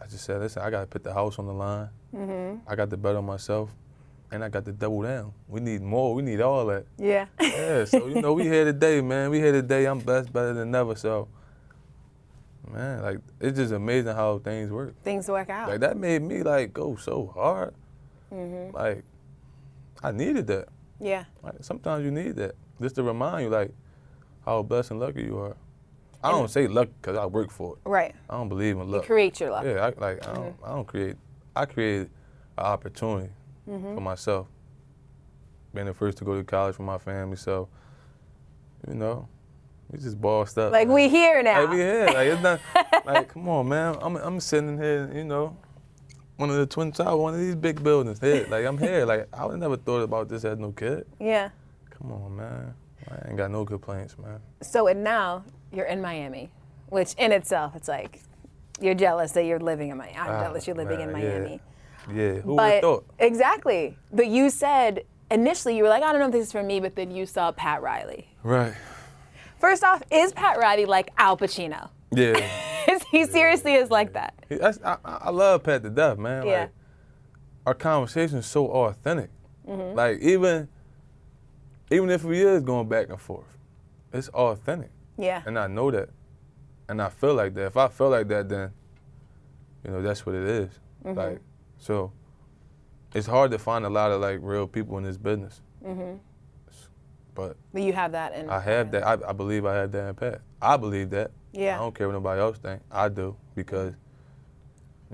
Speaker 2: I just said, listen, I gotta put the house on the line. I got to bet on myself, and I got to double down. We need more. We need all that.
Speaker 1: Yeah.
Speaker 2: Yeah, so you know, we here today, man. We here today. I'm blessed better than ever. So, man, like it's just amazing how things work.
Speaker 1: Things work out.
Speaker 2: Like that made me like go so hard. Like I needed that.
Speaker 1: yeah.
Speaker 2: Like, sometimes you need that just to remind you like how blessed and lucky you are. I don't say luck because I work for it.
Speaker 1: Right.
Speaker 2: I don't believe in luck.
Speaker 1: Create your luck.
Speaker 2: Yeah, I, like I, don't, I don't create. I created an opportunity for myself. Being the first to go to college for my family, so you know, we just bossed up.
Speaker 1: Like
Speaker 2: man.
Speaker 1: we here now.
Speaker 2: Like we here. Like it's not. like come on, man. I'm I'm sitting here. You know, one of the twin towers, one of these big buildings. Here. Like I'm here. Like I would never thought about this as no kid.
Speaker 1: yeah.
Speaker 2: Come on, man. I ain't got no complaints, man.
Speaker 1: So and now you're in Miami, which in itself it's like you're jealous that you're living in Miami. I'm
Speaker 2: Ah,
Speaker 1: jealous you're living in
Speaker 2: man, yeah.
Speaker 1: Miami.
Speaker 2: Yeah. Who would
Speaker 1: But
Speaker 2: have thought?
Speaker 1: exactly. But you said initially you were like, I don't know if this is for me, but then you saw Pat Riley.
Speaker 2: Right.
Speaker 1: First off, is Pat Riley like Al Pacino?
Speaker 2: Yeah.
Speaker 1: he seriously is like that.
Speaker 2: He- That's, I, I I love Pat to death, man.
Speaker 1: Yeah.
Speaker 2: Like, our conversation is so authentic.
Speaker 1: Mm-hmm.
Speaker 2: Like even, even if we is going back and forth, it's authentic,
Speaker 1: Yeah.
Speaker 2: and I know that, and I feel like that. If I feel like that, then, you know, that's what it is. Like, so, it's hard to find a lot of like real people in this business. S- But
Speaker 1: But you have that in
Speaker 2: I have that. I, I believe I have that in Pat. I believe that.
Speaker 1: Yeah.
Speaker 2: I don't care what nobody else think. I do because,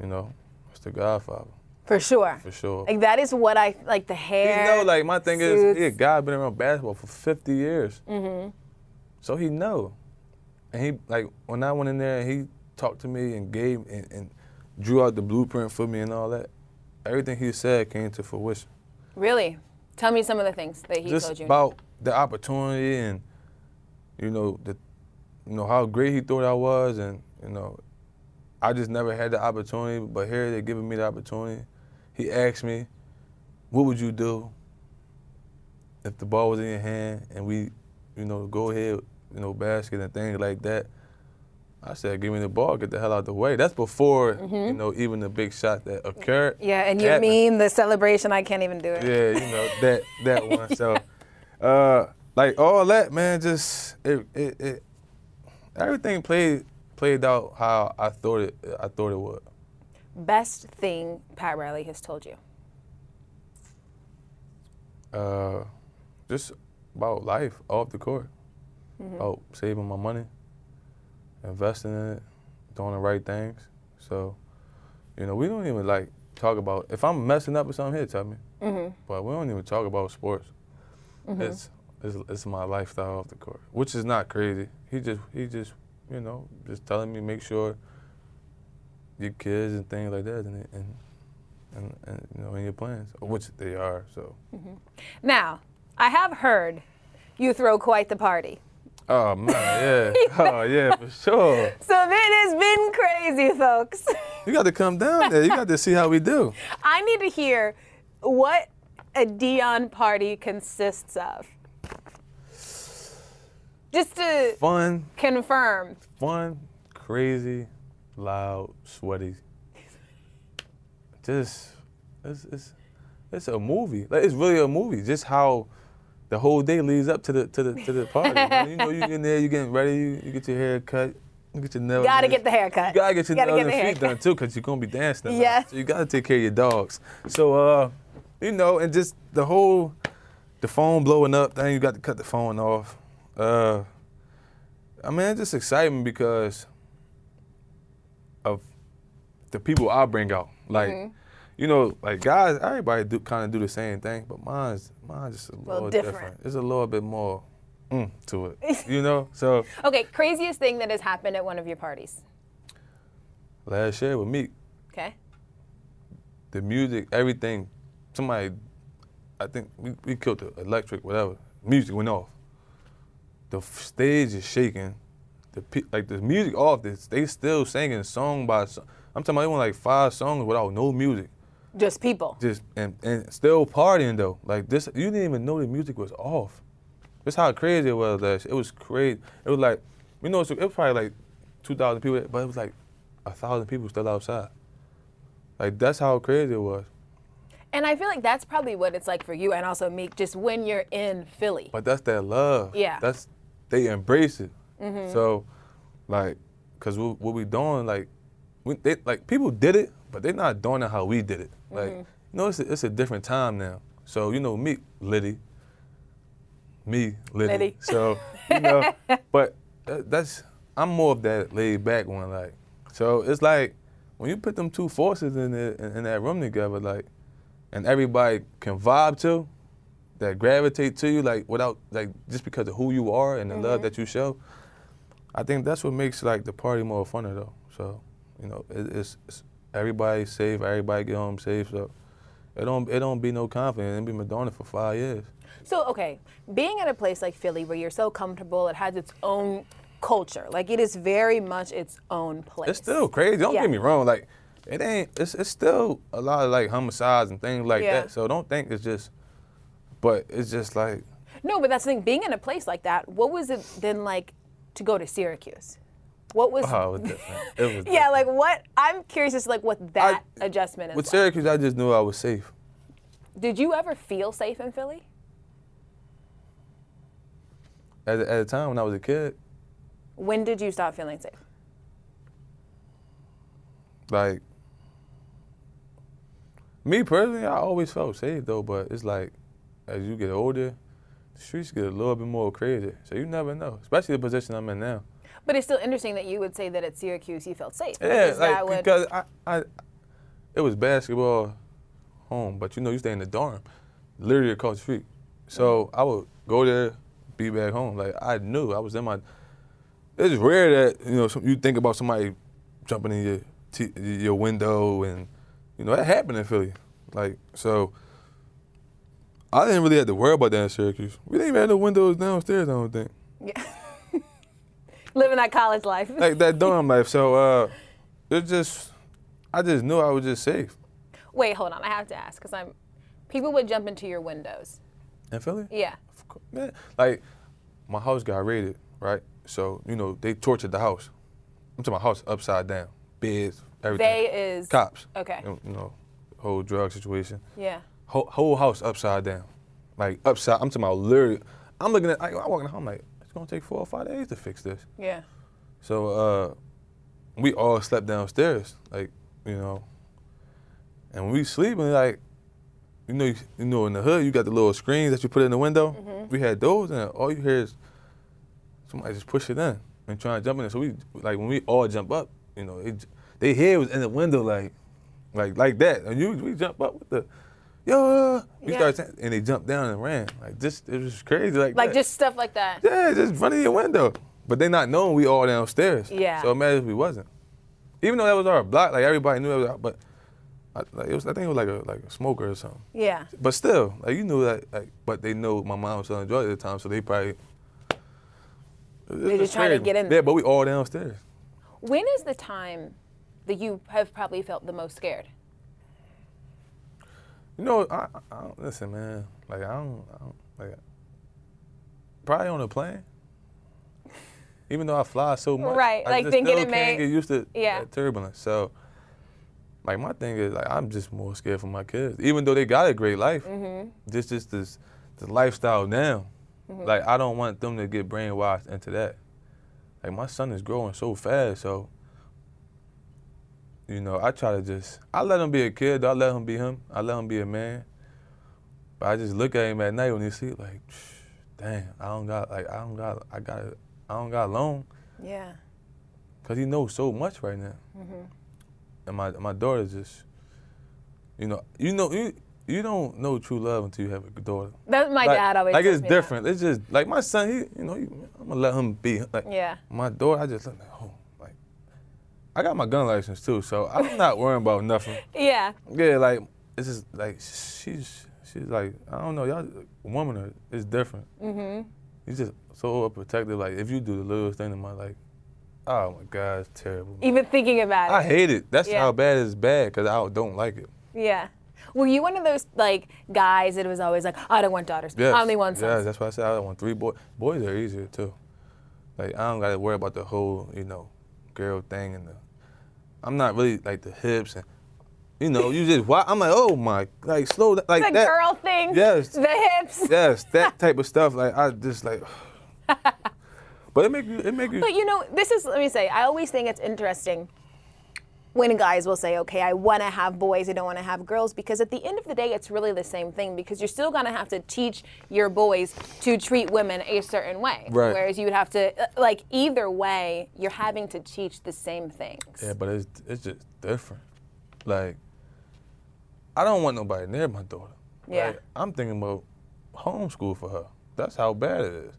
Speaker 2: you know, it's the Godfather
Speaker 1: for sure.
Speaker 2: for sure.
Speaker 1: Like that is what I like the hair.
Speaker 2: You know, like my thing
Speaker 1: suits.
Speaker 2: is, yeah, God been around basketball for 50 years, mm-hmm. so he know. And he like when I went in there, and he talked to me and gave and, and drew out the blueprint for me and all that, everything he said came to fruition.
Speaker 1: Really? Tell me some of the things that he
Speaker 2: Just
Speaker 1: told you.
Speaker 2: about the opportunity and you know the you know how great he thought I was and you know I just never had the opportunity, but here they're giving me the opportunity. He asked me, "What would you do if the ball was in your hand and we, you know, go ahead, you know, basket and things like that?" I said, "Give me the ball, get the hell out the way." That's before you know even the big shot that occurred.
Speaker 3: Mm-hmm. Yeah, and you
Speaker 2: happened.
Speaker 3: mean the celebration? I can't even do it.
Speaker 2: Yeah, you know that that one. So, uh, like all that, man, just it, it, it everything played played out how I thought it I thought it would.
Speaker 1: Best thing Pat Riley has told you.
Speaker 2: Uh, just about life off the court, about saving my money, investing in it, doing the right things. So, you know, we don't even like talk about if I'm messing up or something. Here, tell me. But we don't even talk about sports. It's, it's it's my lifestyle off the court, which is not crazy. He just he just you know just telling me make sure your kids and things like that and and and, and you know in your plans, which they are. So.
Speaker 1: Now, I have heard you throw quite the party.
Speaker 2: Oh man, yeah. oh yeah, for sure.
Speaker 1: So it has been crazy, folks.
Speaker 2: You got to come down there. You got to see how we do.
Speaker 1: I need to hear what a Dion party consists of. Just to
Speaker 2: Fun,
Speaker 1: confirm,
Speaker 2: fun, crazy, loud, sweaty. Just it's it's it's a movie. Like it's really a movie. Just how the whole day leads up to the to the to the party. man. You know, you in there, you getting ready, you, you get your hair cut, you get your nails.
Speaker 1: gotta
Speaker 2: done.
Speaker 1: get the haircut.
Speaker 2: You gotta get your
Speaker 1: Gotta
Speaker 2: nails
Speaker 1: get
Speaker 2: and
Speaker 1: the
Speaker 2: feet
Speaker 1: haircut.
Speaker 2: done too, cause you're gonna be dancing. a lot.
Speaker 1: Yeah.
Speaker 2: So you gotta take care of your dogs. So uh, you know, and just the whole the phone blowing up thing, you got to cut the phone off. Uh, I mean, it's just exciting because of the people I bring out. Like,
Speaker 1: Mm-hmm.
Speaker 2: you know, like guys, everybody do kind of do the same thing, but mine's mine's just a little,
Speaker 1: different.
Speaker 2: It's a little bit more mm, to it, you know. So
Speaker 1: Okay, craziest thing that has happened at one of your parties.
Speaker 2: last year with Meek,
Speaker 1: Okay.
Speaker 2: the music, everything. Somebody, I think we, we killed the electric, whatever. Music went off. The f- stage is shaking. The pe- like the music off. This they still singing song by song. I'm talking about they went like five songs without no music.
Speaker 1: Just people.
Speaker 2: Just and and still partying though. Like this, you didn't even know the music was off. That's how crazy it was. Last year. It was crazy. It was like you know so it was probably like two thousand people, but it was like a thousand people still outside. Like that's how crazy it was.
Speaker 1: And I feel like that's probably what it's like for you and also Meek, just when you're in Philly.
Speaker 2: But that's their love.
Speaker 1: Yeah.
Speaker 2: That's they embrace it. So, like, cause what, what we doing, like, we, they, like people did it, but they're not doing it how we did it. Like, you know, it's a, it's a different time now. So you know, me Liddy, me Liddy.
Speaker 1: Liddy.
Speaker 2: So you know, but that, that's I'm more of that laid back one. Like, so it's like when you put them two forces in the, in, in that room together, like, and everybody can vibe to that gravitate to you, like without like just because of who you are and the love that you show. I think that's what makes like the party more funner though. So, you know, it, it's, it's everybody safe, everybody get home safe. So, it don't it don't be no confidence. It be Madonna for five years.
Speaker 1: So, okay, being at a place like Philly where you're so comfortable, it has its own culture. Like it is very much its own place.
Speaker 2: It's still crazy. Don't
Speaker 1: Yeah.
Speaker 2: get me wrong. Like, it ain't. It's it's still a lot of like homicides and things like
Speaker 1: Yeah.
Speaker 2: that. So don't think it's just. But it's just like
Speaker 1: No, but that's the thing. Being in a place like that, what was it then like to go to Syracuse? What was?
Speaker 2: oh, it was different. It was
Speaker 1: yeah,
Speaker 2: different.
Speaker 1: like what? I'm curious as to like what that adjustment is.
Speaker 2: with
Speaker 1: like.
Speaker 2: Syracuse, I just knew I was safe.
Speaker 1: Did you ever feel safe in Philly?
Speaker 2: At the- at the time when I was a kid,
Speaker 1: When did you stop feeling safe?
Speaker 2: like me personally, I always felt safe though, but it's like as you get older, the streets get a little bit more crazy. So you never know, especially the position I'm in now.
Speaker 1: But it's still interesting that you would say that at Syracuse you felt safe.
Speaker 2: Yeah,
Speaker 1: because that
Speaker 2: like
Speaker 1: would-
Speaker 2: because I, I, it was basketball home, but you know you stay in the dorm, literally across the street. So I would go there, be back home. Like I knew I was in my. It's rare that you know some, you think about somebody jumping in your t- your window, and you know that happened in Philly. Like so, I didn't really have to worry about that in Syracuse. We didn't even have no windows downstairs. I don't think.
Speaker 1: Living that college life.
Speaker 2: Like that dorm life. So uh, it just, I just knew I was just safe
Speaker 1: Wait, hold on. I have to ask because I'm. People would jump into your windows.
Speaker 2: in Philly.
Speaker 1: Yeah.
Speaker 2: Of course, man. Like, my house got raided, right? So, you know, they tortured the house. I'm talking my house upside down, beds, everything.
Speaker 1: They is.
Speaker 2: Cops.
Speaker 1: Okay.
Speaker 2: You know, whole drug situation.
Speaker 1: Yeah.
Speaker 2: Whole, whole house upside down. Like, upside, I'm talking about literally. I'm looking at, I, I walk in the home, like, it's gonna take four or five days to fix this.
Speaker 1: Yeah.
Speaker 2: So, uh, we all slept downstairs, like, you know. And when we sleeping, like, you know, you, you know, in the hood, you got the little screens that you put in the window.
Speaker 1: Mm-hmm.
Speaker 2: We had those, and all you hear is somebody just push it in and try to jump in. So we, like, when we all jump up, you know, it, they head was in the window, like, like, like that. And you, we jump up with the, yo, we
Speaker 1: Yeah.
Speaker 2: started saying- and they jumped down and ran. Like, this, it was crazy, like,
Speaker 1: Like
Speaker 2: that.
Speaker 1: just stuff like that.
Speaker 2: Yeah, just in front of your window. But they not knowing we all downstairs.
Speaker 1: Yeah.
Speaker 2: So imagine if we wasn't. Even though that was our block, like everybody knew it was our, but I, like, it was, I think it was like a like a smoker or something.
Speaker 1: Yeah.
Speaker 2: But still, like you knew that. Like, but they know my mom was selling drugs at the time, so they probably. They
Speaker 1: just trying to get in
Speaker 2: Yeah, but we all downstairs.
Speaker 1: When is the time that you have probably felt the most scared?
Speaker 2: You know, I, I- I don't, listen, man. Like I don't, I don't like. Probably on a plane. Even though I fly so much,
Speaker 1: Right,
Speaker 2: I
Speaker 1: like,
Speaker 2: just
Speaker 1: then
Speaker 2: still
Speaker 1: getting
Speaker 2: can't
Speaker 1: made-
Speaker 2: get used to
Speaker 1: Yeah.
Speaker 2: that turbulence. So, like my thing is, like I'm just more scared for my kids, even though they got a great life. Mm-hmm. This just this the lifestyle now. Like I don't want them to get brainwashed into that. Like my son is growing so fast, so you know, I try to just I let him be a kid. I let him be him. I let him be a man. But I just look at him at night when he sleep, like, damn, I don't got like I don't got I got I don't got long
Speaker 1: Yeah.
Speaker 2: because he knows so much right now.
Speaker 1: Mm-hmm.
Speaker 2: And my my daughter just, you know, you know you. You don't know true love until you have a daughter.
Speaker 1: That's my
Speaker 2: like,
Speaker 1: dad always.
Speaker 2: like
Speaker 1: tells
Speaker 2: it's
Speaker 1: me that.
Speaker 2: different. It's just like my son. He, you know, he, I'm gonna let him be. Like
Speaker 1: Yeah.
Speaker 2: my daughter, I just look like, oh, like I got my gun license too, so I'm not worrying about nothing.
Speaker 1: Yeah.
Speaker 2: Yeah, like it's just like she's she's like I don't know y'all woman are it's different. Mm-hmm. He's just so protective. Like if you do the littlest thing in my like, oh my god, it's terrible.
Speaker 1: Even thinking about it.
Speaker 2: I hate it. That's
Speaker 1: Yeah.
Speaker 2: how bad it's bad because I don't like it.
Speaker 1: Yeah. Were you one of those like guys that was always like, I don't want daughters.
Speaker 2: Yes.
Speaker 1: I only want
Speaker 2: Yeah,
Speaker 1: sons.
Speaker 2: that's why I said I want three boys. Boys are easier too. Like I don't gotta worry about the whole, you know, girl thing and the. I'm not really like the hips and, you know, you just why I'm like oh my like slow down, like
Speaker 1: the
Speaker 2: that.
Speaker 1: girl thing.
Speaker 2: Yes.
Speaker 1: The hips.
Speaker 2: Yes, that type of stuff. Like I just like. but it make you. It make you.
Speaker 1: But you know, this is let me say, I always think it's interesting when guys will say, "Okay, I want to have boys, I don't want to have girls," because at the end of the day, it's really the same thing because you're still going to have to teach your boys to treat women a certain way.
Speaker 2: Right.
Speaker 1: Whereas you would have to uh, like either way, you're having to teach the same things.
Speaker 2: yeah, but it's it's just different. Like. I don't want nobody near my daughter.
Speaker 1: Yeah.
Speaker 2: Like, I'm thinking about homeschool for her. That's how bad it is.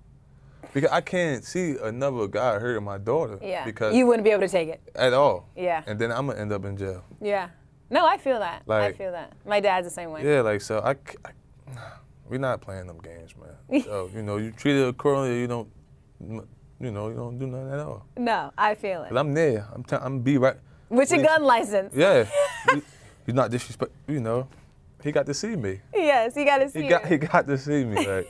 Speaker 2: Because I can't see another guy hurting my daughter.
Speaker 1: Yeah.
Speaker 2: Because
Speaker 1: you wouldn't be able to take it.
Speaker 2: at all.
Speaker 1: Yeah.
Speaker 2: And then I'm gonna end up in jail.
Speaker 1: Yeah. No, I feel that.
Speaker 2: Like-
Speaker 1: I feel that. My dad's the same way.
Speaker 2: Yeah, like so I, c- I- we're not playing them games, man. so you know, you treat it accordingly. You don't, you know, you don't do nothing at all.
Speaker 1: No, I feel it.
Speaker 2: But I'm there. I'm t- I'm be right.
Speaker 1: With your
Speaker 2: Please.
Speaker 1: gun license.
Speaker 2: Yeah. you, you're not disrespect. You know, he got to see me.
Speaker 1: Yes, you got to see
Speaker 2: He
Speaker 1: it.
Speaker 2: got he got to see me.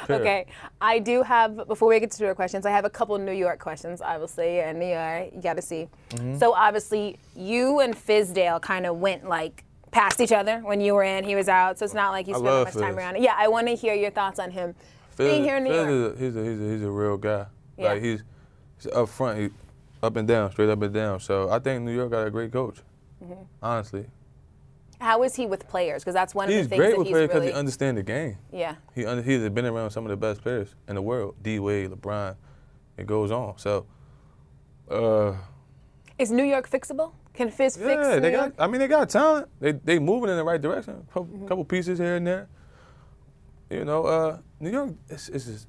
Speaker 2: Like. Fair.
Speaker 1: Okay, I do have, before we get to your questions, I have a couple New York questions, obviously, and New York, you gotta see.
Speaker 2: Mm-hmm.
Speaker 1: So, obviously, you and Fizdale kind of went like past each other when you were in, he was out, so it's not like you
Speaker 2: I
Speaker 1: spent that
Speaker 2: love
Speaker 1: much time
Speaker 2: Fizz.
Speaker 1: around. Yeah, I wanna hear your thoughts on him being here in New
Speaker 2: Fizz
Speaker 1: York.
Speaker 2: is a- he's a he's a he's a real guy.
Speaker 1: Yeah.
Speaker 2: Like he's he's up front, he, up and down, straight up and down. So I think New York got a great coach.
Speaker 1: Mm-hmm.
Speaker 2: Honestly,
Speaker 1: How is he with players? Because that's one
Speaker 2: he's
Speaker 1: of the things
Speaker 2: great
Speaker 1: that
Speaker 2: with
Speaker 1: he's
Speaker 2: players because
Speaker 1: really.
Speaker 2: he understands the game.
Speaker 1: yeah,
Speaker 2: He under, he's been around some of the best players in the world. D Wade, LeBron, it goes on. So, uh,
Speaker 1: is New York fixable? Can Fizz fix
Speaker 2: yeah,
Speaker 1: New
Speaker 2: they
Speaker 1: York?
Speaker 2: got. I mean, they got talent. They they moving in the right direction. A couple, couple pieces here and there. You know, uh, New York, it's it's just,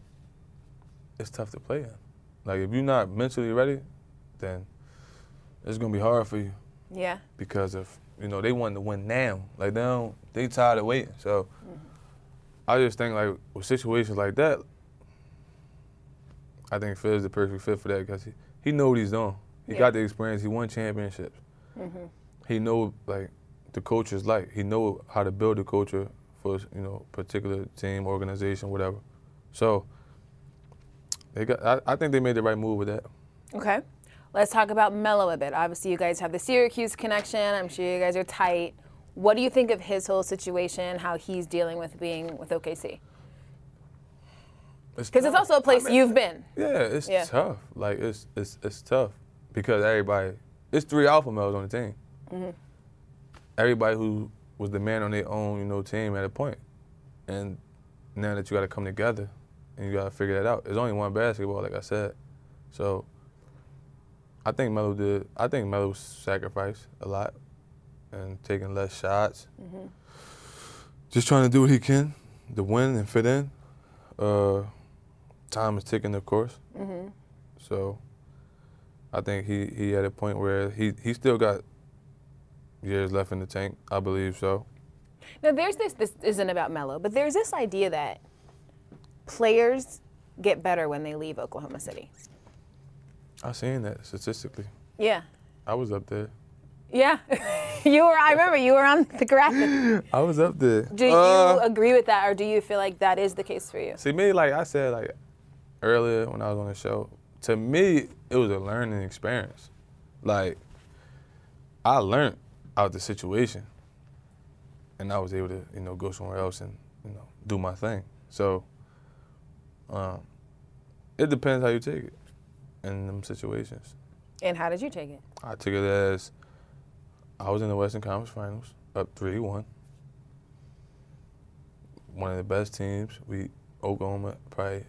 Speaker 2: it's tough to play in. Like if you're not mentally ready, then it's gonna be hard for you
Speaker 1: Yeah.
Speaker 2: because if you know they want to win now, like they don't, they tired of waiting. So I just think like with situations like that, I think Phil is the perfect fit for that because he, he know what he's doing.
Speaker 1: Yeah.
Speaker 2: He
Speaker 1: Mm-hmm.
Speaker 2: got the experience. He won championships. He know like the culture is like. He know how to build a culture for you know particular team, organization, whatever. So they got. I, I think they made the right move with that.
Speaker 1: Okay. Let's talk about Melo a bit. Obviously, you guys have the Syracuse connection. I'm sure you guys are tight. What do you think of his whole situation, how he's dealing with being with OKC? Because it's also a place you've been.
Speaker 2: Yeah, it's
Speaker 1: Yeah.
Speaker 2: tough. Like it's it's it's tough because everybody, it's three alpha males on the team. Everybody who was the man on their own, you know, team at a point, and now that you got to come together and you got to figure that out. There's only one basketball, like I said, so I think Melo did. I think Melo sacrificed a lot and taking less shots, just trying to do what he can to win and fit in. Uh, time is ticking, of course.
Speaker 1: Mm-hmm.
Speaker 2: So I think he, he at a point where he, he still got years left in the tank. I believe so.
Speaker 1: Now, there's this, this isn't about Melo, but there's this idea that players get better when they leave Oklahoma City.
Speaker 2: I seen that statistically.
Speaker 1: Yeah.
Speaker 2: I was up there.
Speaker 1: Yeah. you were, I remember you were on the graphic.
Speaker 2: I was up there.
Speaker 1: Do you
Speaker 2: Uh,
Speaker 1: agree with that, or do you feel like that is the case for you?
Speaker 2: See me, like I said, like earlier when I was on the show, to me it was a learning experience. Like I learned out the situation, and I was able to, you know, go somewhere else and you know do my thing. So um, it depends how you take it in them situations.
Speaker 1: And how did you take it?
Speaker 2: I took it as I was in the Western Conference Finals, up three one. One of the best teams we Oklahoma probably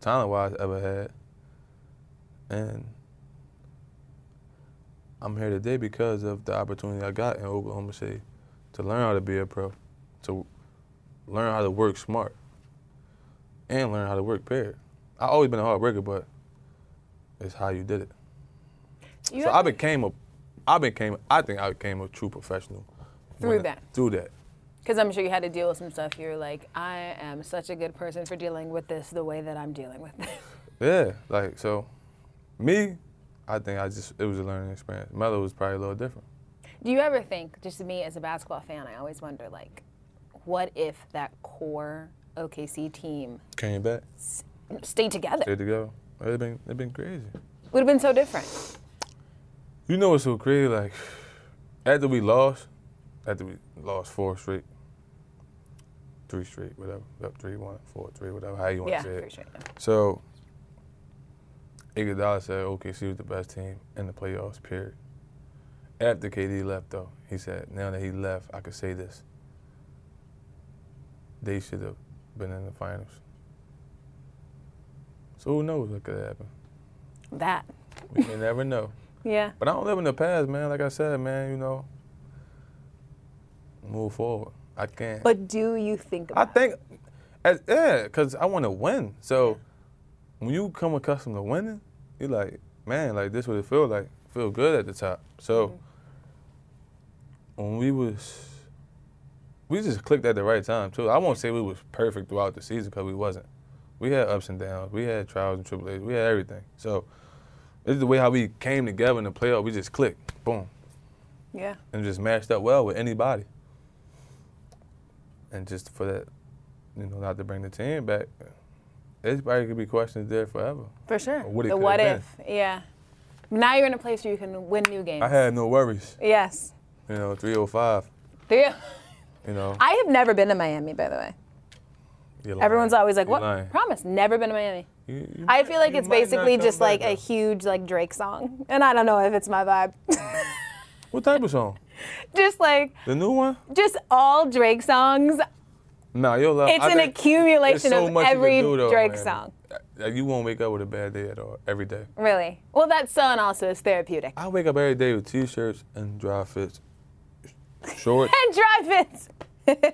Speaker 2: talent wise ever had. And I'm here today because of the opportunity I got in Oklahoma City to learn how to be a pro, to learn how to work smart, and learn how to work paired. I've always been a hard worker, but it's how you did it.
Speaker 1: You
Speaker 2: So
Speaker 1: have-
Speaker 2: I became a, I became, I think I became a true professional.
Speaker 1: Through
Speaker 2: when-
Speaker 1: that.
Speaker 2: Through that.
Speaker 1: Because I'm sure you had to deal with some stuff. You're like, I am such a good person for dealing with this the way that I'm dealing with it.
Speaker 2: Yeah. Like, so me, I think I just, it was a learning experience. Melo was probably a little different.
Speaker 1: Do you ever think, just me as a basketball fan, I always wonder, like, what if that core OKC team
Speaker 2: Came back,
Speaker 1: stayed together?
Speaker 2: ready to go. It been, it been crazy.
Speaker 1: Would have been so different.
Speaker 2: You know what's so crazy? Like, after we lost, after we lost four straight, three straight, whatever, up three, one, four, three, whatever, how you want
Speaker 1: Yeah,
Speaker 2: to say it.
Speaker 1: for sure.
Speaker 2: So Iguodala said OKC was the best team in the playoffs. Period. After KD left, though, he said, "Now that he left, I could say this. They should have been in the finals." So who knows what could happen?
Speaker 1: That.
Speaker 2: We may never know.
Speaker 1: Yeah.
Speaker 2: But I don't live in the past, man. Like I said, man, you know, move forward. I can't.
Speaker 1: But do you think
Speaker 2: I
Speaker 1: about
Speaker 2: think, as, yeah, because I want to win. So when you come accustomed to winning, you're like, man, like this what it feel like. Feel good at the top. So when we was, we just clicked at the right time too. I won't say we was perfect throughout the season because we wasn't. We had ups and downs. We had trials and tribulations. We had everything. So it's the way how we came together in the playoff. We just clicked, boom,
Speaker 1: it? Yeah.
Speaker 2: and just matched up well with anybody. And just for that, you know, not to bring the team back, it's probably could be questions there forever.
Speaker 1: For sure.
Speaker 2: Or what it
Speaker 1: the
Speaker 2: could
Speaker 1: what
Speaker 2: have
Speaker 1: if. Yeah. Now you're in a place where you can win new games.
Speaker 2: I had no worries,
Speaker 1: yes.
Speaker 2: you know, 305,
Speaker 1: There-
Speaker 2: you know.
Speaker 1: I have never been to Miami, by the way.
Speaker 2: You're
Speaker 1: Everyone's
Speaker 2: lying.
Speaker 1: always like,
Speaker 2: You're
Speaker 1: "What?
Speaker 2: lying.
Speaker 1: Promise, never been to Miami."
Speaker 2: You- you
Speaker 1: I
Speaker 2: might-
Speaker 1: feel like
Speaker 2: you
Speaker 1: it's
Speaker 2: might not
Speaker 1: basically
Speaker 2: come
Speaker 1: just
Speaker 2: back,
Speaker 1: like a
Speaker 2: though.
Speaker 1: huge like Drake song, and I don't know if it's my vibe.
Speaker 2: What type of song?
Speaker 1: just like
Speaker 2: The new one?
Speaker 1: just all Drake songs.
Speaker 2: Nah, you'll love
Speaker 1: It's
Speaker 2: I
Speaker 1: an
Speaker 2: think there's
Speaker 1: accumulation
Speaker 2: so
Speaker 1: of
Speaker 2: much you can
Speaker 1: every
Speaker 2: do, though,
Speaker 1: Drake
Speaker 2: man.
Speaker 1: song.
Speaker 2: Like, you won't wake up with a bad day at all, every day.
Speaker 1: Really? Well, that sun also is therapeutic.
Speaker 2: I wake up every day with t shirts and dry fits, shorts,
Speaker 1: And dry fits.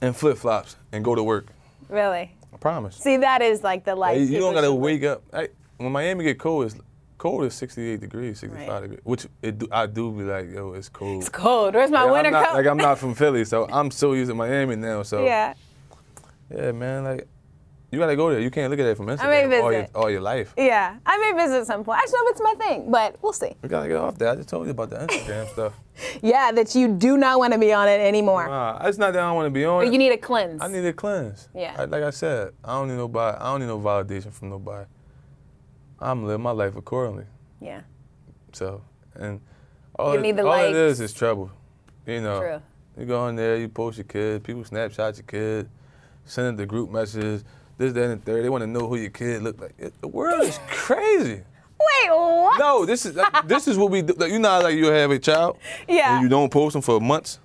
Speaker 2: and flip flops and go to work.
Speaker 1: Really?
Speaker 2: I promise.
Speaker 1: See, that is like the life.
Speaker 2: Hey, you
Speaker 1: people
Speaker 2: don't gotta
Speaker 1: should live.
Speaker 2: wake up. Hey, when Miami get cold, it's cold is 68 degrees, 65
Speaker 1: Right.
Speaker 2: degrees, which it do, I do be like, yo, it's cold.
Speaker 1: It's cold. Where's my
Speaker 2: Like,
Speaker 1: winter
Speaker 2: I'm not,
Speaker 1: coat?
Speaker 2: like I'm not from Philly, so I'm so used to Miami now. So
Speaker 1: yeah.
Speaker 2: yeah, man, like you gotta go there. You can't look at it from Instagram
Speaker 1: may
Speaker 2: all your
Speaker 1: visit.
Speaker 2: all your life.
Speaker 1: Yeah. I may visit at some point. I just know if it's my thing, but we'll see.
Speaker 2: We gotta get off that. I just told you about the Instagram stuff.
Speaker 1: Yeah, that you do not want to be on it anymore.
Speaker 2: Nah, it's not that I want to be on.
Speaker 1: But
Speaker 2: it.
Speaker 1: you need a cleanse.
Speaker 2: I need a cleanse.
Speaker 1: Yeah.
Speaker 2: I- like I said, I don't need nobody. I don't need no validation from nobody. I'm living my life accordingly.
Speaker 1: yeah.
Speaker 2: So, and all,
Speaker 1: You
Speaker 2: it-
Speaker 1: need the
Speaker 2: all it
Speaker 1: likes.
Speaker 2: is is trouble. You know,
Speaker 1: True.
Speaker 2: you go on there, you post your kid, people snapshot your kid, send it the group messages, this, that, and the third. They want to know who your kid look like. It- the world is crazy.
Speaker 1: Wait, what?
Speaker 2: No, this is like, this is what we do. Like, you know, how, like you have a child,
Speaker 1: Yeah.
Speaker 2: and you don't post them for months,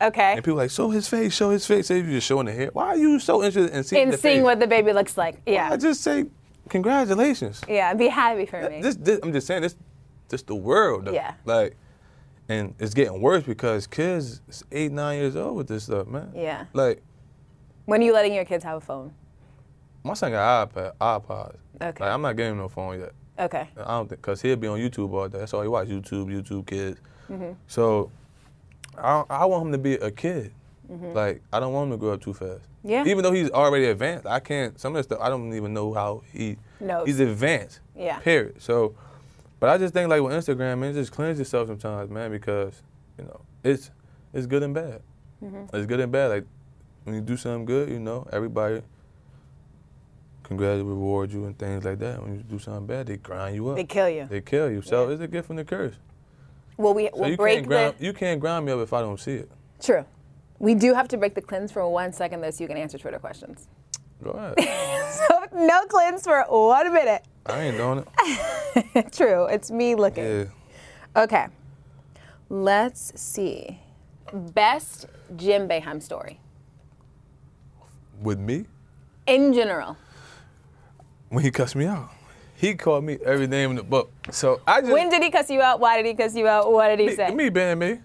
Speaker 1: Okay.
Speaker 2: and people like show his face, show his face. Say you're just showing the hair. Why are you so interested in seeing
Speaker 1: And
Speaker 2: the
Speaker 1: seeing
Speaker 2: face?
Speaker 1: what the baby looks like. Yeah.
Speaker 2: I just say congratulations.
Speaker 1: yeah. Be happy for me.
Speaker 2: This, this, I'm just saying this, this the world. Though.
Speaker 1: Yeah.
Speaker 2: Like, and it's getting worse because kids is eight, nine years old with this stuff, man.
Speaker 1: Yeah.
Speaker 2: Like,
Speaker 1: when are you letting your kids have a phone?
Speaker 2: my son got iPad, iPods.
Speaker 1: Okay.
Speaker 2: Like, I'm not getting him no phone yet.
Speaker 1: Okay.
Speaker 2: I don't think, cause he'll be on YouTube all day. That's all he watch, YouTube, YouTube kids.
Speaker 1: Mm-hmm.
Speaker 2: So, I, I want him to be a kid. Like, I don't want him to grow up too fast.
Speaker 1: Mm-hmm. Yeah.
Speaker 2: Even though he's already advanced, I can't. Some of the stuff I don't even know how he.
Speaker 1: Knows.
Speaker 2: He's advanced.
Speaker 1: Oh. Yeah.
Speaker 2: Period. So, but I just think like with Instagram, man, just cleanse yourself sometimes, man, because you know it's it's good and bad.
Speaker 1: Mm-hmm.
Speaker 2: It's good and bad. Like when you do something good, you know everybody. Congratulate, reward you, and things like that. When you do something bad, they grind you up.
Speaker 1: They kill you.
Speaker 2: They kill you. So it's a gift and a curse.
Speaker 1: Well, we
Speaker 2: So
Speaker 1: will
Speaker 2: you
Speaker 1: break
Speaker 2: can't grind.
Speaker 1: the.
Speaker 2: You can't grind me up if I don't see it.
Speaker 1: True. We do have to break the cleanse for one second, though, so you can answer Twitter questions.
Speaker 2: Go ahead.
Speaker 1: So no cleanse for one minute.
Speaker 2: I ain't doing it.
Speaker 1: True. It's me looking.
Speaker 2: Yeah.
Speaker 1: Okay. Let's see. Best Jim Beheim story
Speaker 2: With me,
Speaker 1: in general.
Speaker 2: when he cussed me out, he called me every name in the book. So I just
Speaker 1: When did he cuss you out? Why did he cuss you out? What did he
Speaker 2: me,
Speaker 1: say?
Speaker 2: me being me,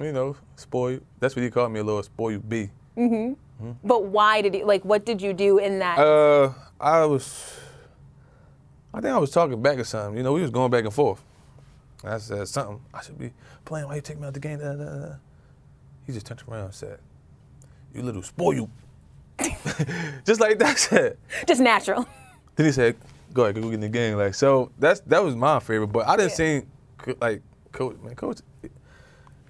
Speaker 2: you know, spoil you. That's what he called me, a little spoil you B.
Speaker 1: But why did he? Like, what did you do in that?
Speaker 2: Uh, I was, I think I was talking back or something. You know, we was going back and forth. And I said something. I should be playing. Why you take me out the game? Da, da, da. da." He just turned around and said, "You little spoil you." just like that said.
Speaker 1: Just natural.
Speaker 2: Then he said, "Go ahead, go get in the game." Like so, that's that was my favorite. But I didn't
Speaker 1: Yeah.
Speaker 2: see co- like coach man, coach.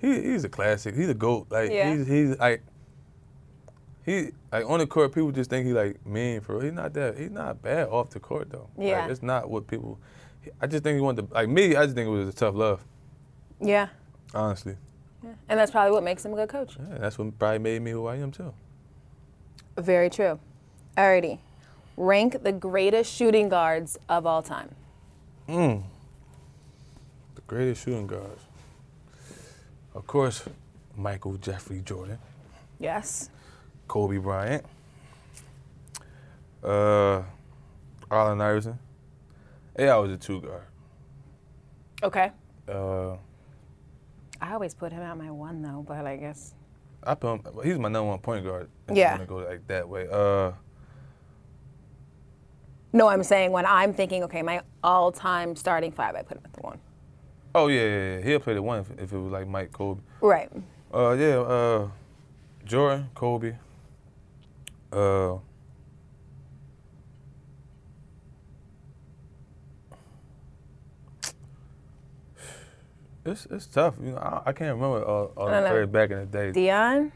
Speaker 2: He, he's a classic. He's a goat. Like
Speaker 1: Yeah.
Speaker 2: he's he's like he like on the court. People just think he like mean for. real. He's not that. He's not bad off the court though. Like,
Speaker 1: Yeah.
Speaker 2: it's not what people. I just think he wanted to like me. I just think it was a tough love.
Speaker 1: Yeah.
Speaker 2: Honestly,
Speaker 1: And that's probably what makes him a good coach.
Speaker 2: yeah, that's what probably made me who I am too.
Speaker 1: Very true. Alrighty. Rank the greatest shooting guards of all time.
Speaker 2: The greatest shooting guards, of course, Michael Jeffrey Jordan.
Speaker 1: Yes.
Speaker 2: Kobe Bryant, uh, Allen Iverson. Yeah, I was a two guard.
Speaker 1: Okay.
Speaker 2: Uh,
Speaker 1: I always put him at my one though, but I guess.
Speaker 2: I put him, he's my number one point guard. If
Speaker 1: Yeah.
Speaker 2: you want to go like that way. Uh,
Speaker 1: No, I'm saying when I'm thinking, okay, my all-time starting five, I put him at the one.
Speaker 2: oh yeah, yeah, yeah. he'll play the one if, if it was like Mike Kobe.
Speaker 1: Right.
Speaker 2: Uh, yeah, uh, Jordan, Kobe. Uh, it's it's tough. You know, I, I can't remember all, all
Speaker 1: I
Speaker 2: the
Speaker 1: know.
Speaker 2: players back in the day.
Speaker 1: Dion,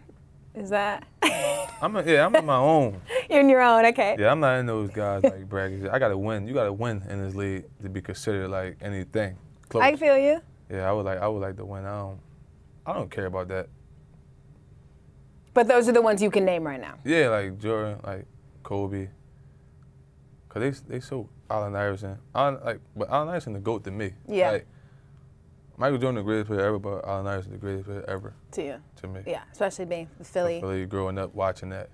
Speaker 1: is that
Speaker 2: I'm a, yeah, I'm in my own.
Speaker 1: you're in your own? Okay.
Speaker 2: Yeah, I'm not in those guys like brackets. I gotta win. You gotta win in this league to be considered like anything close.
Speaker 1: I feel you.
Speaker 2: yeah, I would like I would like to win. I don't I don't care about that.
Speaker 1: But those are the ones you can name right now.
Speaker 2: Yeah, like Jordan, like Kobe. Cause they they so Allen Iverson. Allen, like, but Allen Iverson the goat to me.
Speaker 1: Yeah.
Speaker 2: Like, Michael Jordan the greatest player ever, but Allen Iverson the greatest player ever
Speaker 1: To you.
Speaker 2: to me.
Speaker 1: Yeah, especially being Philly.
Speaker 2: Really growing up watching that.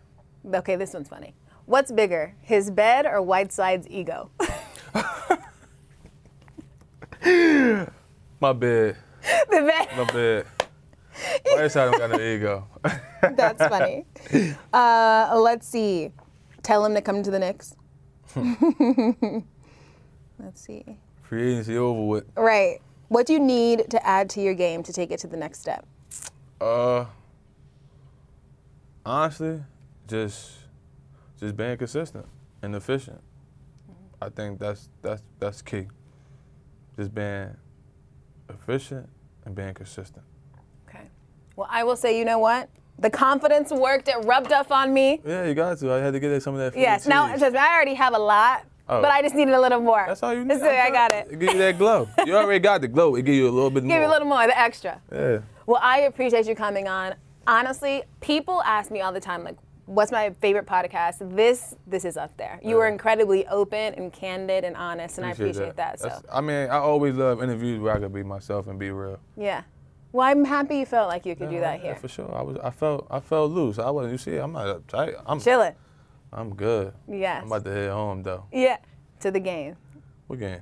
Speaker 1: Okay, this one's funny. What's bigger, his bed or Whiteside's ego?
Speaker 2: My bad.
Speaker 1: the bed.
Speaker 2: My bad. Why is I don't got no ego?
Speaker 1: That's funny. Uh, let's see.
Speaker 2: Hmm.
Speaker 1: Tell him to come to the Knicks. let's see.
Speaker 2: Free agency over with.
Speaker 1: Right. What do you need to add to your game to take it to the next step?
Speaker 2: Uh, honestly, just just being consistent and efficient. I think that's that's that's key. Just being efficient and being consistent.
Speaker 1: Okay. Well, I will say, you know what? The confidence worked. It rubbed off on me.
Speaker 2: Yeah, you got to. I had to get that- some of that. free
Speaker 1: Yes. Now,
Speaker 2: cheese.
Speaker 1: trust me, I already have a lot,
Speaker 2: Oh.
Speaker 1: but I just needed a little more.
Speaker 2: that's all you need.
Speaker 1: That's it. I got it.
Speaker 2: It give you that glow. you already got the glow. It give you a little bit more.
Speaker 1: Give me a little more, the extra.
Speaker 2: Yeah.
Speaker 1: Well, I appreciate you coming on. Honestly, people ask me all the time, like, what's my favorite podcast? This, this is up there. You were incredibly open and candid and honest, and I appreciate that. so,
Speaker 2: That's- I mean, I always love interviews where I could be myself and be real.
Speaker 1: yeah. Well, I'm happy you felt like you could do that
Speaker 2: Yeah,
Speaker 1: here.
Speaker 2: for sure. I was. I felt. I felt loose. I wasn't. You see, I'm not uptight. I'm.
Speaker 1: Chilling.
Speaker 2: I'm good.
Speaker 1: Yes.
Speaker 2: I'm about to head home though.
Speaker 1: Yeah. To the game.
Speaker 2: What game?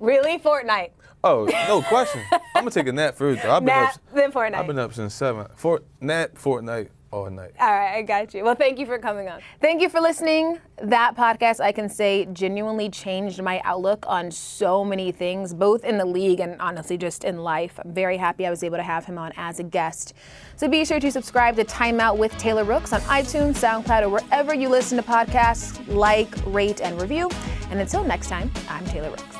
Speaker 1: Really, Fortnite.
Speaker 2: Oh, no question. I'm gonna take a nap first. Though. I've been
Speaker 1: Nap,
Speaker 2: up.
Speaker 1: then Fortnite.
Speaker 2: I've been up since seven. Fort nap, Fortnite all night.
Speaker 1: All right, I got you. Well, thank you for coming on.
Speaker 3: Thank you for listening. That podcast, I can say, genuinely changed my outlook on so many things, both in the league and honestly just in life. I'm very happy I was able to have him on as a guest. So be sure to subscribe to Time Out with Taylor Rooks on iTunes, SoundCloud, or wherever you listen to podcasts. Like, rate, and review. And until next time, I'm Taylor Rooks.